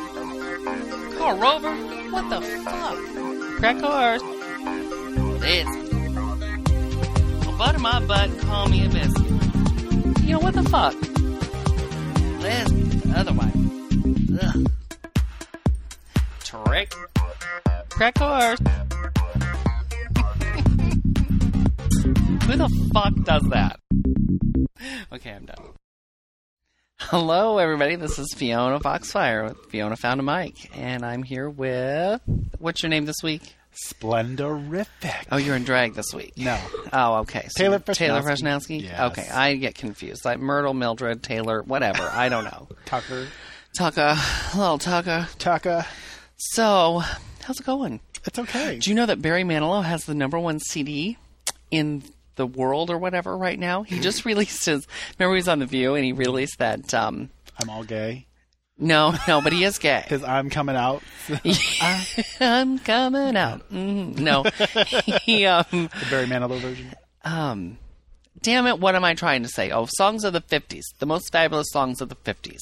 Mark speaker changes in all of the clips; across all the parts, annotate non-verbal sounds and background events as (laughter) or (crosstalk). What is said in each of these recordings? Speaker 1: Come on, Rover. What the fuck? Crack cars. This. Well, butter my butt and call me a biscuit. You know what the fuck? This. The other way. Ugh. Trick. Crack cars. (laughs) Who the fuck does that? Okay, I'm done. Hello, everybody. This is Fiona Foxfire with Fiona Found a Mic, and I'm here with. What's your name this week?
Speaker 2: Splendorific.
Speaker 1: Oh, you're in drag this week.
Speaker 2: Uh, No.
Speaker 1: Oh, okay. So
Speaker 2: Taylor
Speaker 1: you're Taylor Freshnowski?
Speaker 2: Freshnowski. Yes.
Speaker 1: Okay, I get confused. Like Myrtle, Mildred, Taylor, whatever. I don't
Speaker 2: (laughs)
Speaker 1: know.
Speaker 2: Tucker.
Speaker 1: Tucker, little Tucker.
Speaker 2: Tucker.
Speaker 1: So, how's it going?
Speaker 2: It's okay.
Speaker 1: Do you know that Barry Manilow has the number one CD in the world or whatever right now? He
Speaker 2: (laughs)
Speaker 1: just released his. Remember, he was on The View and he released that. Um,
Speaker 2: I'm all gay.
Speaker 1: no, no, but he is gay.
Speaker 2: (laughs) His I'm coming out.
Speaker 1: I'm coming out. Mm,
Speaker 2: (laughs)
Speaker 1: no, he. Um,
Speaker 2: The Barry Manilow version.
Speaker 1: um, damn it, what am I trying to say? Oh, songs of the 50s, the most fabulous songs of the 50s.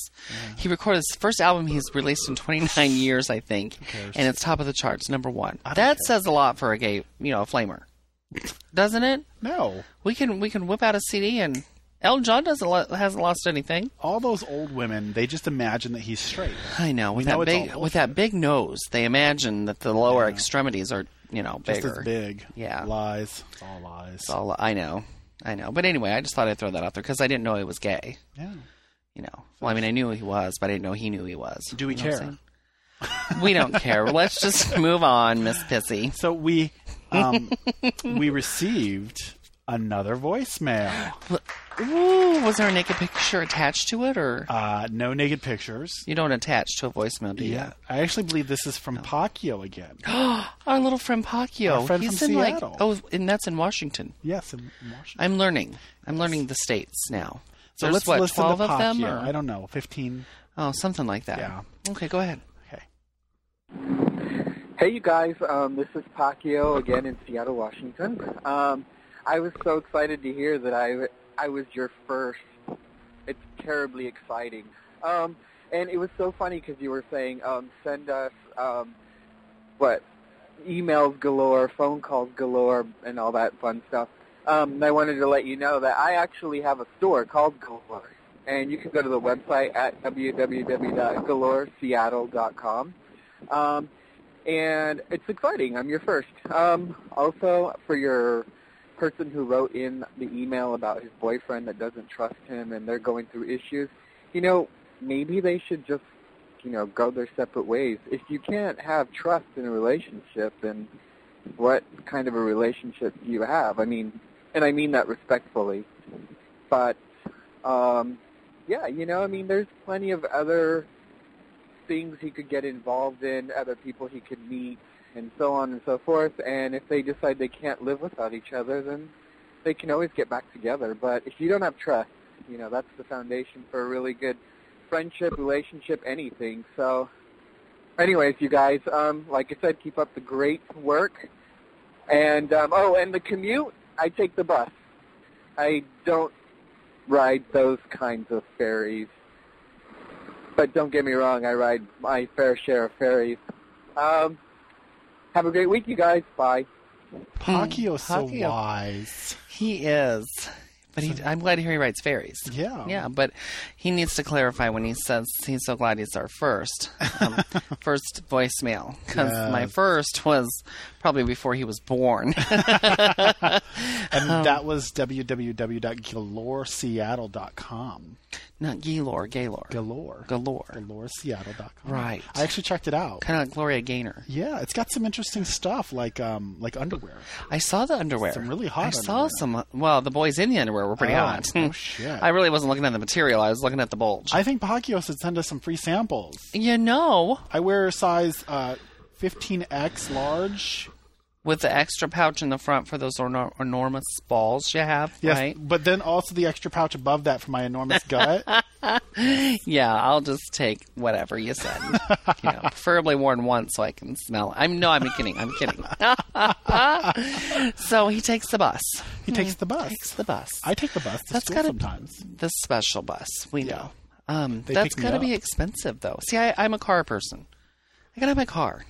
Speaker 1: He recorded his first album he's released in 29 years, I think, and it's top of the charts, number one. That says a lot for a gay, you know, a flamer, doesn't it?
Speaker 2: No.
Speaker 1: We can we can whip out a CD and El John doesn't lo- hasn't lost anything.
Speaker 2: All those old women, they just imagine that he's straight.
Speaker 1: I know with
Speaker 2: know
Speaker 1: that
Speaker 2: it's all
Speaker 1: big
Speaker 2: bullshit.
Speaker 1: with that big nose, they imagine that the lower extremities are you know
Speaker 2: Just
Speaker 1: bigger.
Speaker 2: as big.
Speaker 1: Yeah.
Speaker 2: Lies. It's all lies.
Speaker 1: It's all- I know, I know. But anyway, I just thought I'd throw that out there because I didn't know he was gay.
Speaker 2: yeah.
Speaker 1: you know. Well, I mean, I knew he was, but I didn't know he knew he was.
Speaker 2: Do we
Speaker 1: You know what
Speaker 2: care?
Speaker 1: I'm saying? we don't
Speaker 2: (laughs)
Speaker 1: care. Let's just move on, Miss Pissy.
Speaker 2: So we (laughs) um, we received another voicemail. (gasps)
Speaker 1: Ooh, was there a naked picture attached to it, or
Speaker 2: Uh, no naked pictures.
Speaker 1: you don't attach to a voicemail, do you?
Speaker 2: I actually believe this is from Pacquiao again.
Speaker 1: (gasps)
Speaker 2: (gasps)
Speaker 1: Our little friend Pacquiao.
Speaker 2: Our friend
Speaker 1: He's
Speaker 2: from
Speaker 1: in
Speaker 2: Seattle.
Speaker 1: like oh, and that's in Washington.
Speaker 2: yes, in Washington.
Speaker 1: I'm learning. I'm learning the states now.
Speaker 2: so
Speaker 1: There's
Speaker 2: let's
Speaker 1: what
Speaker 2: listen
Speaker 1: twelve
Speaker 2: to
Speaker 1: of them,
Speaker 2: Pacquiao.
Speaker 1: or-
Speaker 2: I don't know, 15.
Speaker 1: oh, something like that.
Speaker 2: Yeah.
Speaker 1: Okay, go ahead.
Speaker 2: Okay.
Speaker 3: Hey, you guys. Um, this is Pacquiao again in Seattle, Washington. Um, I was so excited to hear that I I was your first. It's terribly exciting. Um, and it was so funny because you were saying um, send us um, what emails galore, phone calls galore, and all that fun stuff. Um, and I wanted to let you know that I actually have a store called Galore, and you can go to the website at www.galoreseattle.com. Um, and it's exciting. I'm your first. Um, also, for your person who wrote in the email about his boyfriend that doesn't trust him and they're going through issues, you know, maybe they should just, you know, go their separate ways. If you can't have trust in a relationship, then what kind of a relationship do you have? I mean, and I mean that respectfully. But, um, yeah, you know, I mean, there's plenty of other things he could get involved in, other people he could meet, and so on and so forth. And if they decide they can't live without each other, then they can always get back together. But if you don't have trust, you know, that's the foundation for a really good friendship, relationship, anything. So anyways, you guys, um, like I said, keep up the great work. And, um, oh, and the commute, I take the bus. I don't ride those kinds of ferries. But don't get me wrong, I ride my fair share of ferries. Um, have a great week, you guys. Bye.
Speaker 2: Pacquiao's so
Speaker 1: Pacquiao.
Speaker 2: wise.
Speaker 1: He is. But he, I'm glad to hear he writes fairies.
Speaker 2: Yeah.
Speaker 1: Yeah, but he needs to clarify when he says he's so glad he's our first
Speaker 2: (laughs)
Speaker 1: um, first voicemail because
Speaker 2: Yes.
Speaker 1: my first was probably before he was born. (laughs)
Speaker 2: And
Speaker 1: Um,
Speaker 2: that was www.galoreseattle.com.
Speaker 1: Not Gaylor, Gaylor,
Speaker 2: Galore.
Speaker 1: Galore.
Speaker 2: Galoreseattle.com.
Speaker 1: Right.
Speaker 2: I actually checked it out.
Speaker 1: Kind of like Gloria Gaynor.
Speaker 2: Yeah, it's got some interesting stuff like um like underwear.
Speaker 1: I saw the underwear.
Speaker 2: Some really hot
Speaker 1: I saw
Speaker 2: underwear.
Speaker 1: some. Well, the boys in the underwear were pretty
Speaker 2: Oh,
Speaker 1: hot. (laughs)
Speaker 2: oh, shit.
Speaker 1: I really wasn't looking at the material. I was looking at the bulge.
Speaker 2: I think Pacquiao should send us some free samples.
Speaker 1: you know,
Speaker 2: I wear a size uh 15x large.
Speaker 1: with the extra pouch in the front for those enor- enormous balls you have,
Speaker 2: Yes,
Speaker 1: right?
Speaker 2: but then also the extra pouch above that for my enormous
Speaker 1: (laughs)
Speaker 2: gut.
Speaker 1: Yeah, I'll just take whatever you said. you
Speaker 2: (laughs)
Speaker 1: know, preferably worn once so I can smell. it. I'm no, I'm kidding. I'm kidding. (laughs) so he takes the bus.
Speaker 2: he takes the bus.
Speaker 1: Takes the bus.
Speaker 2: I take the bus to
Speaker 1: That's
Speaker 2: school
Speaker 1: gotta-
Speaker 2: sometimes.
Speaker 1: the special bus. We know. Um,
Speaker 2: They
Speaker 1: that's
Speaker 2: pick me
Speaker 1: gotta
Speaker 2: up.
Speaker 1: be expensive though. See, I, I'm a car person. I gotta have my car.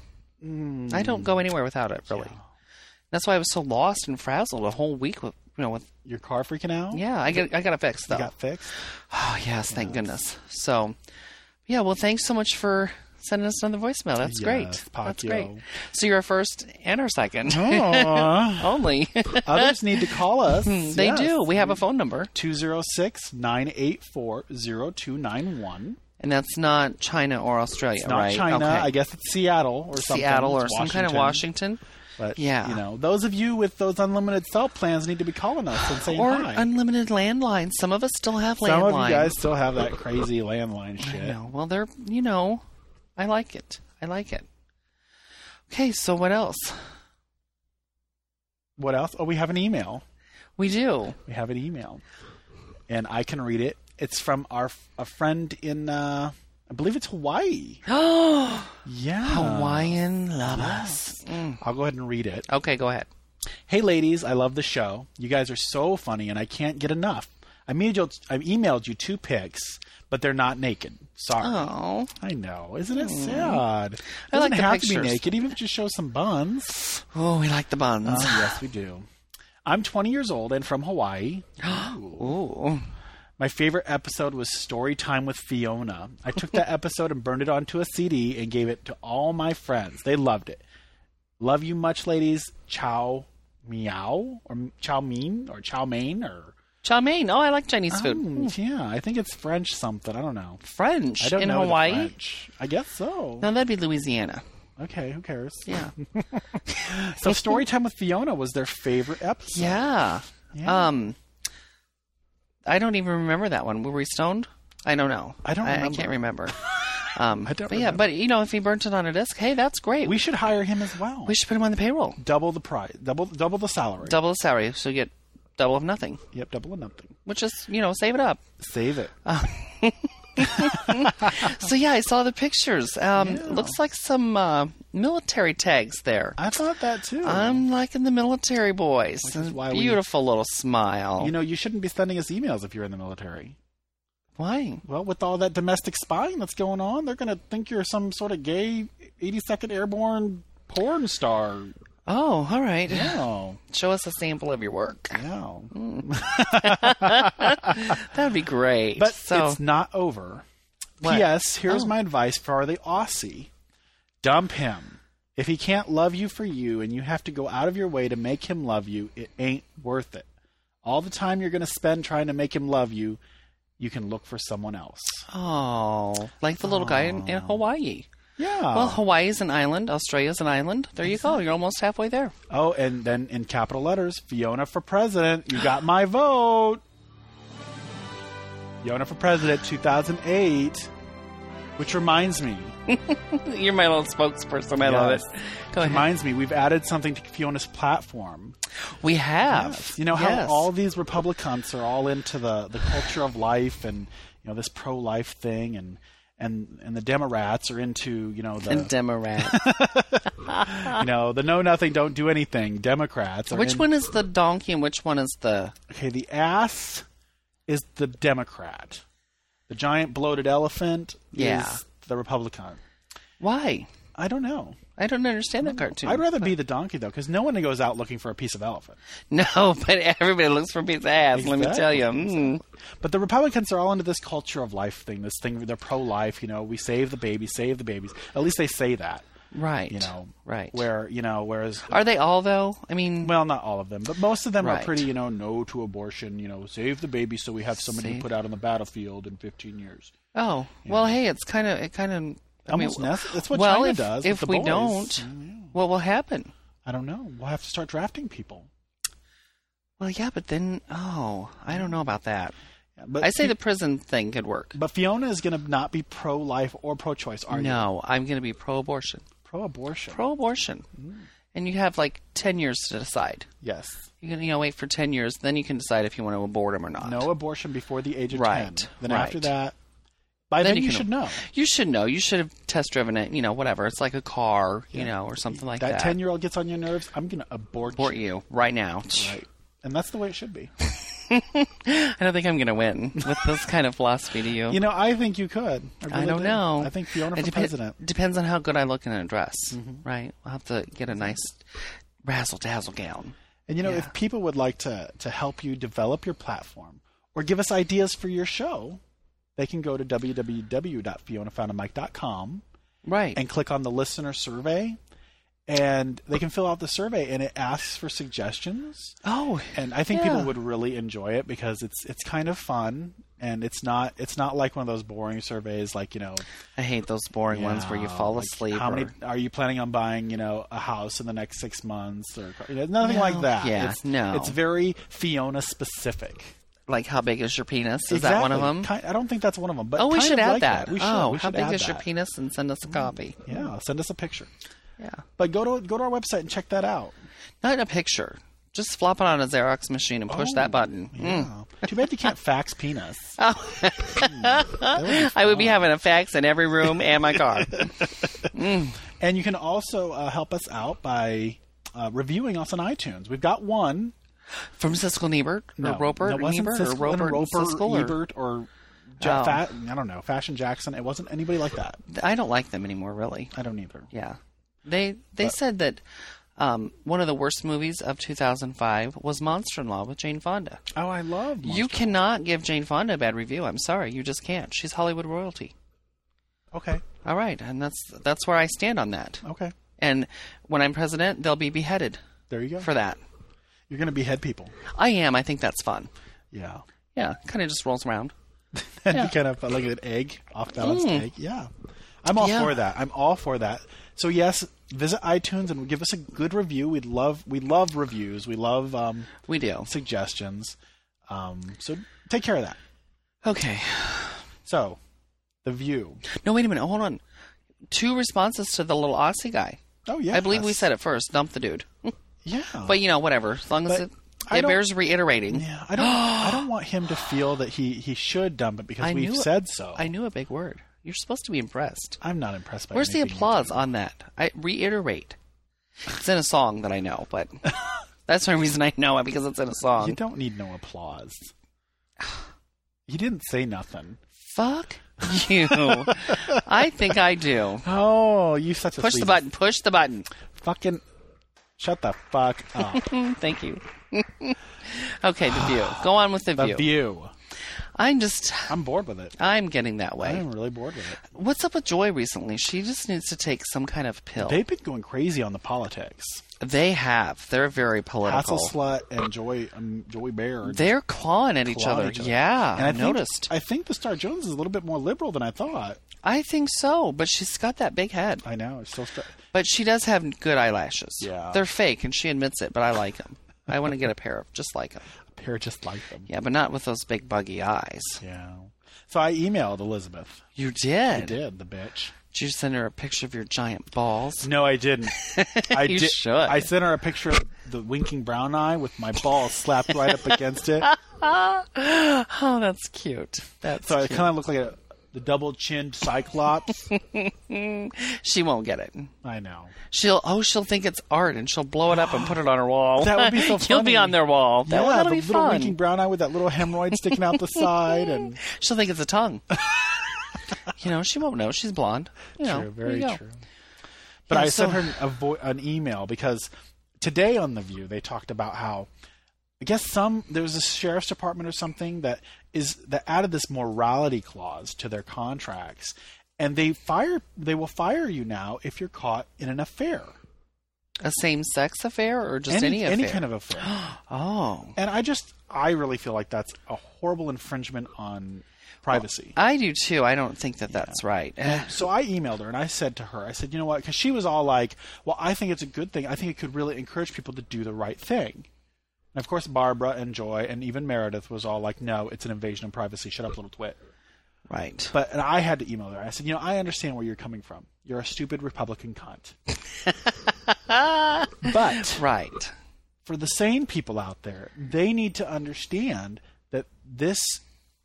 Speaker 2: Mm.
Speaker 1: I don't go anywhere without it, really. That's why I was so lost and frazzled a whole week with you know with
Speaker 2: Your car freaking out?
Speaker 1: yeah. I got I got it fixed though.
Speaker 2: You got
Speaker 1: (laughs)
Speaker 2: fixed?
Speaker 1: Oh yes, thank goodness. So, yeah. Well, thanks so much for sending us another voicemail. That's
Speaker 2: Yes,
Speaker 1: great. That's
Speaker 2: Pacquiao.
Speaker 1: great. So you're our first and our second
Speaker 2: Aw.
Speaker 1: (laughs)
Speaker 2: (laughs)
Speaker 1: only.
Speaker 2: Others need to
Speaker 1: (laughs)
Speaker 2: call us.
Speaker 1: Hmm, they do. We have a phone number,
Speaker 2: 206 984 0291.
Speaker 1: and that's not China or Australia,
Speaker 2: Not
Speaker 1: right?
Speaker 2: China.
Speaker 1: Okay.
Speaker 2: I guess it's Seattle or something.
Speaker 1: Seattle or
Speaker 2: It's
Speaker 1: some kind of Washington,
Speaker 2: But,
Speaker 1: Yeah.
Speaker 2: You know, those of you with those unlimited cell plans need to be calling us and saying
Speaker 1: or
Speaker 2: hi.
Speaker 1: unlimited landlines. Some of us still have
Speaker 2: Some
Speaker 1: landlines.
Speaker 2: of you guys still have that
Speaker 1: (laughs)
Speaker 2: crazy landline shit.
Speaker 1: No, well, they're you know, I like it. I like it. Okay, so what else?
Speaker 2: What else? Oh, we have an email.
Speaker 1: We
Speaker 2: (gasps)
Speaker 1: do. (gasps)
Speaker 2: We have an email, and I can read it. It's from our a friend in, uh, I believe it's Hawaii.
Speaker 1: Oh,
Speaker 2: Yeah,
Speaker 1: Hawaiian llamas.
Speaker 2: I'll go ahead and read it.
Speaker 1: Okay, go ahead.
Speaker 2: Hey, ladies, I love the show. You guys are so funny, and I can't get enough. I emailed, I emailed you two pics, but they're not naked. Sorry.
Speaker 1: Oh, Hmm.
Speaker 2: I know. Isn't it sad? It
Speaker 1: I
Speaker 2: doesn't
Speaker 1: like the
Speaker 2: have to be
Speaker 1: pictures.
Speaker 2: naked, even if you just show
Speaker 1: (sighs)
Speaker 2: some buns.
Speaker 1: oh, we like the buns.
Speaker 2: Oh, yes, we do. I'm 20 years old and from Hawaii. Uh.
Speaker 1: Ooh,
Speaker 2: My favorite episode was Story Time with Fiona. I
Speaker 1: (laughs)
Speaker 2: took that episode and burned it onto a CD and gave it to all my friends. They loved it. Love you much, ladies. Chow meow or chow mein or chow mein or
Speaker 1: chow mein. Oh, I like Chinese food.
Speaker 2: Mm, yeah, I think it's French something. I don't know.
Speaker 1: French
Speaker 2: I don't
Speaker 1: in
Speaker 2: know the
Speaker 1: Hawaii.
Speaker 2: French. I guess so.
Speaker 1: No, that'd be Louisiana.
Speaker 2: Okay, who cares?
Speaker 1: Yeah,
Speaker 2: So story time with Fiona was their favorite episode.
Speaker 1: yeah.
Speaker 2: Yeah.
Speaker 1: Um, I don't even remember that one. Were we stoned? I don't know.
Speaker 2: I don't
Speaker 1: I,
Speaker 2: remember.
Speaker 1: can't
Speaker 2: (laughs)
Speaker 1: remember. Um,
Speaker 2: I don't
Speaker 1: but yeah, but you know, if he burnt it on a disc, hey, that's great.
Speaker 2: We
Speaker 1: We,
Speaker 2: should hire him as well.
Speaker 1: should put him on the payroll.
Speaker 2: double the price, double double the salary.
Speaker 1: Double the salary, so you get double of nothing,
Speaker 2: yep, double and nothing.
Speaker 1: which is you know, save it up.
Speaker 2: Save it.
Speaker 1: Uh, So yeah, I saw the pictures. Um,
Speaker 2: Yeah.
Speaker 1: Looks like some uh, military tags there.
Speaker 2: I thought that too.
Speaker 1: I'm liking the military boys.
Speaker 2: is why we-
Speaker 1: Beautiful little smile.
Speaker 2: you know, you shouldn't be sending us emails if you're in the military.
Speaker 1: why?
Speaker 2: Well, with all that domestic spying that's going on, they're going to think you're some sort of gay 82nd Airborne
Speaker 1: (sighs)
Speaker 2: porn star. Oh,
Speaker 1: Oh, all right.
Speaker 2: No,
Speaker 1: (laughs) Show us a sample of your work.
Speaker 2: no.
Speaker 1: That would be great.
Speaker 2: But
Speaker 1: so
Speaker 2: it's not over.
Speaker 1: What?
Speaker 2: P.S. Here's
Speaker 1: Oh.
Speaker 2: my advice for the Aussie: dump him. If he can't love you for you, and you have to go out of your way to make him love you, it ain't worth it. All the time you're going to spend trying to make him love you, you can look for someone else.
Speaker 1: oh, like the little guy in, in Hawaii.
Speaker 2: Yeah.
Speaker 1: Well, Hawaii is an island. Australia is an island. There you go. You're almost halfway there.
Speaker 2: oh, and then in capital letters, Fiona for president. You got my vote. Fiona for president, 2008. Which reminds me,
Speaker 1: You're my little spokesperson. I love it.
Speaker 2: Yes.
Speaker 1: Go ahead.
Speaker 2: (laughs) reminds me, we've added something to Fiona's platform.
Speaker 1: we have.
Speaker 2: You know how
Speaker 1: Yes.
Speaker 2: all these Republicans are all into the, the culture of life and you know this pro life thing and and and the Democrats are into you know the
Speaker 1: and
Speaker 2: (laughs)
Speaker 1: Democrat.
Speaker 2: you know the know nothing don't do anything Democrats. Are
Speaker 1: which
Speaker 2: in-
Speaker 1: one is the donkey and which one is the?
Speaker 2: Okay, the ass is the Democrat. The giant bloated elephant
Speaker 1: Yeah.
Speaker 2: is the Republican.
Speaker 1: Why?
Speaker 2: I don't know.
Speaker 1: I don't understand that cartoon.
Speaker 2: I'd rather be the donkey though, because no one goes out looking for a piece of elephant.
Speaker 1: (laughs) No, but everybody looks for pizza ass. Let me tell
Speaker 2: Exactly.
Speaker 1: you. Mm.
Speaker 2: But the Republicans are all into this culture of life thing, this thing they're pro life, you know, we save the babies, save the babies. At least they say that,
Speaker 1: Right.
Speaker 2: you know.
Speaker 1: Right.
Speaker 2: Where, you know, whereas
Speaker 1: Are they all though? I mean,
Speaker 2: well, not all of them, but most of them
Speaker 1: Right.
Speaker 2: are pretty, you know, no to abortion, you know, save the baby so we have somebody
Speaker 1: Save-
Speaker 2: to put out on the battlefield in 15 years.
Speaker 1: oh, well, hey, it's kind of it kind of. I mean,
Speaker 2: Almost nec- that's what
Speaker 1: well,
Speaker 2: China
Speaker 1: if,
Speaker 2: does with
Speaker 1: If
Speaker 2: the
Speaker 1: we
Speaker 2: boys. Mm,
Speaker 1: don't, what will happen?
Speaker 2: I don't know. We'll have to start drafting people.
Speaker 1: Well, yeah, but then, oh, I don't know about that.
Speaker 2: Yeah, But
Speaker 1: I say the prison thing could work.
Speaker 2: but Fiona is going to not be pro life or pro choice, are you?
Speaker 1: No, I'm going to be pro-abortion.
Speaker 2: Pro abortion.
Speaker 1: Pro-abortion,
Speaker 2: Mm.
Speaker 1: and you have like ten years to decide.
Speaker 2: yes.
Speaker 1: You can you know wait for ten years, then you can decide if you want to abort him or not.
Speaker 2: No abortion before the age of
Speaker 1: Right,
Speaker 2: 10. Then
Speaker 1: right.
Speaker 2: after that, by then,
Speaker 1: you
Speaker 2: you,
Speaker 1: can-
Speaker 2: should know.
Speaker 1: You should know. You should have test driven it. You know, whatever. It's like a car, you know, or something like that.
Speaker 2: that 10 year old gets on your nerves, I'm going to abort,
Speaker 1: abort
Speaker 2: you.
Speaker 1: you right now.
Speaker 2: Right. And that's the way it should be.
Speaker 1: (laughs) I don't think I'm going to win with
Speaker 2: (laughs)
Speaker 1: this kind of philosophy to you.
Speaker 2: You know, I think you could. I, really
Speaker 1: I don't
Speaker 2: do.
Speaker 1: know.
Speaker 2: I think Fiona for
Speaker 1: It depe-
Speaker 2: president. Mm-hmm.
Speaker 1: Depends on how good I look in a dress, right? I'll have to get a nice razzle dazzle gown.
Speaker 2: And you know, if people would like to to help you develop your platform or give us ideas for your show, they can go to www.fionafoundamike.com
Speaker 1: Right.
Speaker 2: and click on the listener survey, and they can fill out the survey, and it asks for suggestions.
Speaker 1: oh,
Speaker 2: And I think
Speaker 1: Yeah.
Speaker 2: people would really enjoy it because it's it's kind of fun, and it's not it's not like one of those boring surveys like you know
Speaker 1: I hate those boring ones where you
Speaker 2: Yeah,
Speaker 1: fall
Speaker 2: like,
Speaker 1: asleep.
Speaker 2: How
Speaker 1: or-
Speaker 2: many are you planning on buying? You know, a house in the next six months or you know, nothing
Speaker 1: No.
Speaker 2: like that.
Speaker 1: Yeah,
Speaker 2: it's,
Speaker 1: no.
Speaker 2: It's very Fiona specific.
Speaker 1: like how big is your penis? Is
Speaker 2: exactly.
Speaker 1: that one of them?
Speaker 2: Ki- I don't think that's one of them. But
Speaker 1: oh, we
Speaker 2: kind
Speaker 1: should
Speaker 2: of
Speaker 1: add
Speaker 2: like
Speaker 1: that.
Speaker 2: We should.
Speaker 1: oh,
Speaker 2: we should
Speaker 1: how big
Speaker 2: add
Speaker 1: is your
Speaker 2: that. Mm.
Speaker 1: penis? And send us a copy.
Speaker 2: Yeah, send us a picture.
Speaker 1: Yeah,
Speaker 2: But go to go to our website and check that out.
Speaker 1: not a picture. Just flop it on a Xerox machine and push
Speaker 2: Oh,
Speaker 1: that button. Mm.
Speaker 2: Yeah. Too bad you can't
Speaker 1: (laughs)
Speaker 2: fax penis.
Speaker 1: I would be having a fax in every room and my
Speaker 2: (laughs)
Speaker 1: car.
Speaker 2: And you can also uh, help us out by uh, reviewing us on iTunes. We've got one.
Speaker 1: From Siskel Ebert or
Speaker 2: No,
Speaker 1: Roper
Speaker 2: no,
Speaker 1: or
Speaker 2: it wasn't
Speaker 1: Ebert
Speaker 2: Siskel
Speaker 1: or
Speaker 2: and
Speaker 1: Roper,
Speaker 2: Roper
Speaker 1: and Siskel or-
Speaker 2: Ebert or Ja-
Speaker 1: Oh.
Speaker 2: Fa- I don't know, Fashion Jackson. It wasn't anybody like that.
Speaker 1: I don't like them anymore, really.
Speaker 2: I don't either.
Speaker 1: Yeah, they they said that um, one of the worst movies of 2005 was Monster in Law with Jane Fonda.
Speaker 2: Oh, I love Monster.
Speaker 1: You cannot give Jane Fonda a bad review. I'm sorry, you just can't. She's Hollywood royalty.
Speaker 2: Okay,
Speaker 1: All right, and that's that's where I stand on that.
Speaker 2: okay.
Speaker 1: And when I'm president, they'll be beheaded
Speaker 2: There you go.
Speaker 1: for that.
Speaker 2: You're gonna behead people.
Speaker 1: I am. I think that's fun.
Speaker 2: Yeah, (laughs)
Speaker 1: Yeah, kind of just rolls around.
Speaker 2: and
Speaker 1: Yeah. Mm.
Speaker 2: you kind of like an egg, off balance egg. Yeah, I'm all
Speaker 1: Yeah.
Speaker 2: for that. I'm all for that. So yes, visit iTunes and give us a good review. We'd love we love reviews. We love um,
Speaker 1: We do.
Speaker 2: suggestions. Um, so take care of that.
Speaker 1: Okay.
Speaker 2: So the view.
Speaker 1: No, wait a minute. Hold on. Two responses to the little Aussie guy.
Speaker 2: Oh yeah,
Speaker 1: I believe we said it first. Dump the dude.
Speaker 2: yeah.
Speaker 1: But you know, whatever. As long as
Speaker 2: But
Speaker 1: it,
Speaker 2: I
Speaker 1: it
Speaker 2: don't-
Speaker 1: bears reiterating.
Speaker 2: yeah, I don't. I don't want him to feel that he he should dump it because
Speaker 1: I
Speaker 2: we've
Speaker 1: knew it.
Speaker 2: said so.
Speaker 1: I knew a big word. You're supposed to be impressed.
Speaker 2: I'm not impressed by.
Speaker 1: Where's the
Speaker 2: anything.
Speaker 1: applause on that? I reiterate. It's in a song that I know, but (laughs) that's the only reason I know it because it's in a
Speaker 2: You
Speaker 1: song.
Speaker 2: don't need no
Speaker 1: (sighs)
Speaker 2: applause. You didn't say nothing.
Speaker 1: Fuck you.
Speaker 2: (laughs)
Speaker 1: I think I do.
Speaker 2: Oh, you such a
Speaker 1: Push the
Speaker 2: sleazy-
Speaker 1: button. Push the button.
Speaker 2: Fucking shut the
Speaker 1: (laughs)
Speaker 2: fuck up.
Speaker 1: Thank you. okay, the view. Go on with the
Speaker 2: the
Speaker 1: view.
Speaker 2: view.
Speaker 1: I'm just,
Speaker 2: I'm bored with it.
Speaker 1: I'm getting that
Speaker 2: I
Speaker 1: way.
Speaker 2: am really bored with it.
Speaker 1: What's up with Joy recently? She just needs to take some kind of pill.
Speaker 2: They've been going crazy on the politics.
Speaker 1: They have. They're very
Speaker 2: Hassel
Speaker 1: political.
Speaker 2: Slut and Joy um, Joy Bear. are
Speaker 1: They're clawing at each
Speaker 2: clawing
Speaker 1: other.
Speaker 2: each other.
Speaker 1: Yeah,
Speaker 2: and I
Speaker 1: I
Speaker 2: think-
Speaker 1: noticed.
Speaker 2: I think the Star Jones is a little bit more liberal than I thought.
Speaker 1: I think so, but she's got that big head.
Speaker 2: I know. It's still st-
Speaker 1: But she does have good eyelashes.
Speaker 2: Yeah.
Speaker 1: They're fake, and she admits it, but I like them. I want to get a pair of just like them.
Speaker 2: a pair just like them.
Speaker 1: Yeah, but not with those big buggy eyes.
Speaker 2: Yeah. So I emailed Elizabeth.
Speaker 1: You did.
Speaker 2: I did the bitch.
Speaker 1: Did you send her a picture of your giant balls?
Speaker 2: No,
Speaker 1: (laughs)
Speaker 2: I didn't. I
Speaker 1: You
Speaker 2: did.
Speaker 1: should.
Speaker 2: I sent her a picture of the winking brown eye with my ball slapped right up
Speaker 1: (laughs)
Speaker 2: against it,
Speaker 1: (gasps) Oh, that's cute. That's
Speaker 2: so I
Speaker 1: cute.
Speaker 2: kind of look like a, the double-chinned cyclops.
Speaker 1: She won't get it.
Speaker 2: I know.
Speaker 1: She'll oh she'll think it's art and she'll blow it up and put it on her wall.
Speaker 2: That would be so
Speaker 1: (laughs) You'll be
Speaker 2: funny.
Speaker 1: on their wall. That,
Speaker 2: yeah,
Speaker 1: that'll
Speaker 2: the
Speaker 1: be
Speaker 2: little
Speaker 1: fun.
Speaker 2: winking brown eye with that little hemorrhoid sticking out the side, and
Speaker 1: She'll think it's a
Speaker 2: (laughs)
Speaker 1: tongue. you know, she won't know. She's blonde. You know,
Speaker 2: true,
Speaker 1: there
Speaker 2: very
Speaker 1: you go.
Speaker 2: true. But
Speaker 1: Yeah,
Speaker 2: I
Speaker 1: so-
Speaker 2: sent her an, a vo- an email because today on the View they talked about how I guess some there's a sheriff's department or something that is that added this morality clause to their contracts, and they fire they will fire you now if you're caught in an affair,
Speaker 1: A same sex affair or just any, affair?
Speaker 2: any kind of affair.
Speaker 1: oh.
Speaker 2: and I just I really feel like that's a horrible infringement on privacy.
Speaker 1: I do too. I don't think that that's right. Eh,
Speaker 2: So I emailed her and I said to her, I said, you know what? Because she was all like, well, I think it's a good thing. I think it could really encourage people to do the right thing. And of course, Barbara and Joy and even Meredith was all like, no, it's an invasion of privacy. Shut up, little twit.
Speaker 1: right.
Speaker 2: But and I had to email her. I said, you know, I understand where you're coming from. You're a stupid Republican cunt. but
Speaker 1: Right.
Speaker 2: for the sane people out there, they need to understand that this,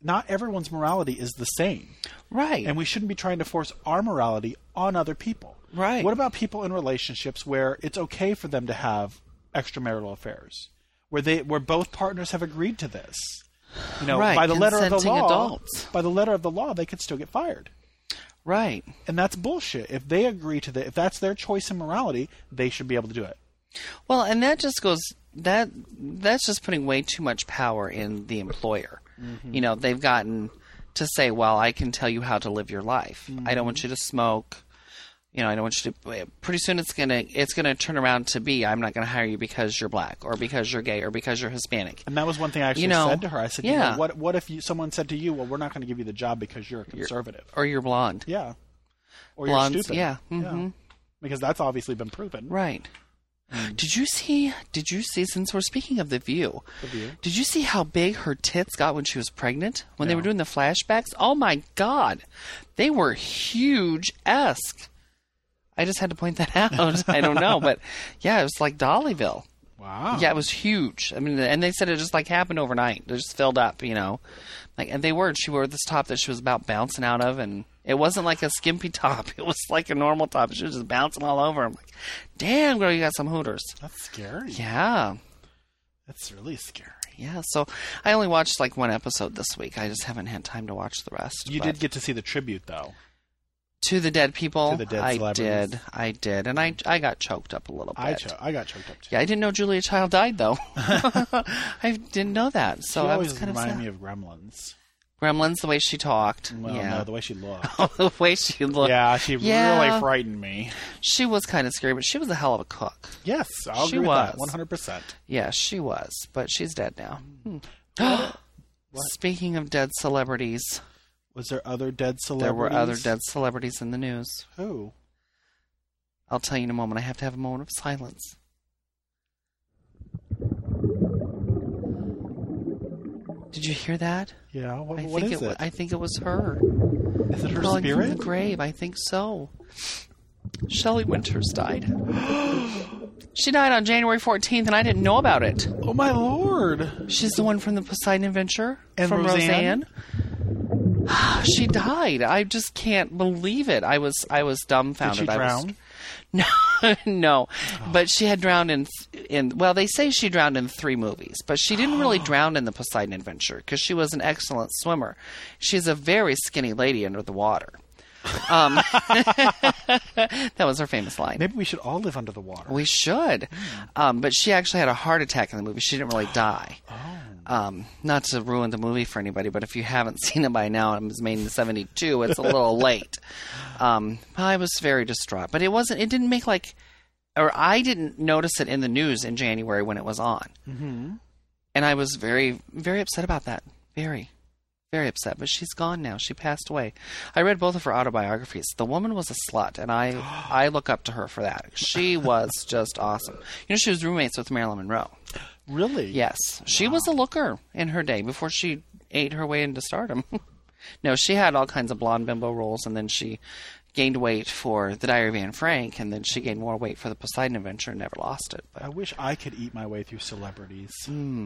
Speaker 2: not everyone's morality is the same
Speaker 1: Right.
Speaker 2: and we shouldn't be trying to force our morality on other people.
Speaker 1: Right.
Speaker 2: What about people in relationships where it's okay for them to have extramarital affairs? where they where both partners have agreed to this. You know,
Speaker 1: Right,
Speaker 2: by the letter of the
Speaker 1: consenting
Speaker 2: law,
Speaker 1: adults.
Speaker 2: by the letter of the law, they could still get fired.
Speaker 1: Right.
Speaker 2: And that's bullshit. If they agree to that, if that's their choice in morality, they should be able to do it.
Speaker 1: Well, and that just goes that that's just putting way too much power in the employer. You know, they've gotten to say, "Well, I can tell you how to live your life. I don't want you to smoke. You know, I don't want you to." eh, Pretty soon, it's gonna it's gonna turn around to be, "I'm not gonna hire you because you're black, or because you're gay, or because you're Hispanic."
Speaker 2: And that was one thing I actually
Speaker 1: You know,
Speaker 2: said to her. I said, you
Speaker 1: yeah.
Speaker 2: know, what what if you, someone said to you, well, we're not going to give you the job because you're a conservative.
Speaker 1: Or you're blonde.
Speaker 2: yeah. Or
Speaker 1: Blondes,
Speaker 2: you're stupid.
Speaker 1: yeah, mhm.
Speaker 2: Because that's obviously been proven.
Speaker 1: Right.
Speaker 2: Mm.
Speaker 1: Did you see? Did you see? Since we're speaking of the view,
Speaker 2: The View.
Speaker 1: did you see how big her tits got when she was pregnant? When they were doing the flashbacks, oh my god, they were huge esque. I just had to point that (laughs) out. I don't know, but yeah, it was like Dollyville.
Speaker 2: Wow.
Speaker 1: Yeah, it was huge. I mean, and they said it just like happened overnight. They just filled up, you know. Like, and they were. She wore this top that she was about bouncing out of, and it wasn't like a skimpy (laughs) top. It was like a normal top. She was just bouncing all over. I'm like, damn, girl, you got some hooters.
Speaker 2: That's scary.
Speaker 1: Yeah,
Speaker 2: That's really scary.
Speaker 1: yeah. So I only watched like one episode this week. I just haven't had time to watch the rest.
Speaker 2: You
Speaker 1: but-
Speaker 2: did get to see the tribute, though.
Speaker 1: to the dead people.
Speaker 2: To the dead
Speaker 1: I
Speaker 2: celebrities.
Speaker 1: did. I did, and I I got choked up a little bit.
Speaker 2: I cho- I got choked up too.
Speaker 1: Yeah, I didn't know Julia Child died
Speaker 2: (laughs)
Speaker 1: though. (laughs) I didn't know that, so
Speaker 2: she
Speaker 1: I
Speaker 2: always
Speaker 1: was kind of
Speaker 2: reminded
Speaker 1: sad.
Speaker 2: me of Gremlins.
Speaker 1: Gremlins, the way she talked.
Speaker 2: Well,
Speaker 1: yeah. (laughs)
Speaker 2: no, the way she looked.
Speaker 1: the way she looked.
Speaker 2: yeah, she
Speaker 1: Yeah.
Speaker 2: really frightened me.
Speaker 1: She was kind of scary, but she was a hell of a cook.
Speaker 2: Yes, I'll
Speaker 1: She
Speaker 2: agree with that.
Speaker 1: was.
Speaker 2: One hundred percent.
Speaker 1: Yeah, she was, but she's dead now. Hmm. (gasps) Speaking of dead celebrities,
Speaker 2: Was there other dead celebrities?
Speaker 1: there were other dead celebrities in the news.
Speaker 2: Who?
Speaker 1: I'll tell you in a moment. I have to have a moment of silence. Did you hear that?
Speaker 2: Yeah. What,
Speaker 1: I
Speaker 2: what
Speaker 1: think
Speaker 2: is
Speaker 1: it, wa-
Speaker 2: it?
Speaker 1: I think it was her.
Speaker 2: Is it her
Speaker 1: Crawling from
Speaker 2: spirit?
Speaker 1: the grave. I think so. Shelley Winters died. (gasps) she died on January 14th, and I didn't know about it.
Speaker 2: Oh my lord!
Speaker 1: She's the one from the Poseidon Adventure
Speaker 2: And
Speaker 1: from
Speaker 2: Roseanne?
Speaker 1: Roseanne. (sighs) she died. I just can't believe it. I was I was
Speaker 2: Did
Speaker 1: dumbfounded.
Speaker 2: she
Speaker 1: I was-
Speaker 2: drown?
Speaker 1: no, (laughs) no. But she had drowned in in well, they say she drowned in three movies, but she didn't really drown in the Poseidon Adventure because she was an excellent swimmer. She's a very skinny lady under the water. Um, (laughs) that was her famous line.
Speaker 2: Maybe we should all live under the water.
Speaker 1: We should. Um, but she actually had a heart attack in the movie. She didn't really die. Um, not to ruin the movie for anybody, but if you haven't (laughs) seen it by now, it was made in '72. It's a little late. Um, I was very distraught, but it wasn't. It didn't make like, or I didn't notice it in the news in January when it was on, mm-hmm. and I was very, very upset about that. Very, very upset. But she's gone now. She passed away. I read both of her autobiographies. The woman was a slut, and I, I look up to her for that. She was just awesome. You know, she was roommates with Marilyn Monroe.
Speaker 2: Really?
Speaker 1: Yes. She was a looker in her day before she ate her way into stardom. (laughs) no, she had all kinds of blonde bimbo roles, and then she gained weight for The Diary of Anne Frank, and then she gained more weight for The Poseidon Adventure and never lost it. But
Speaker 2: I wish I could eat my way through celebrities.
Speaker 1: Mm.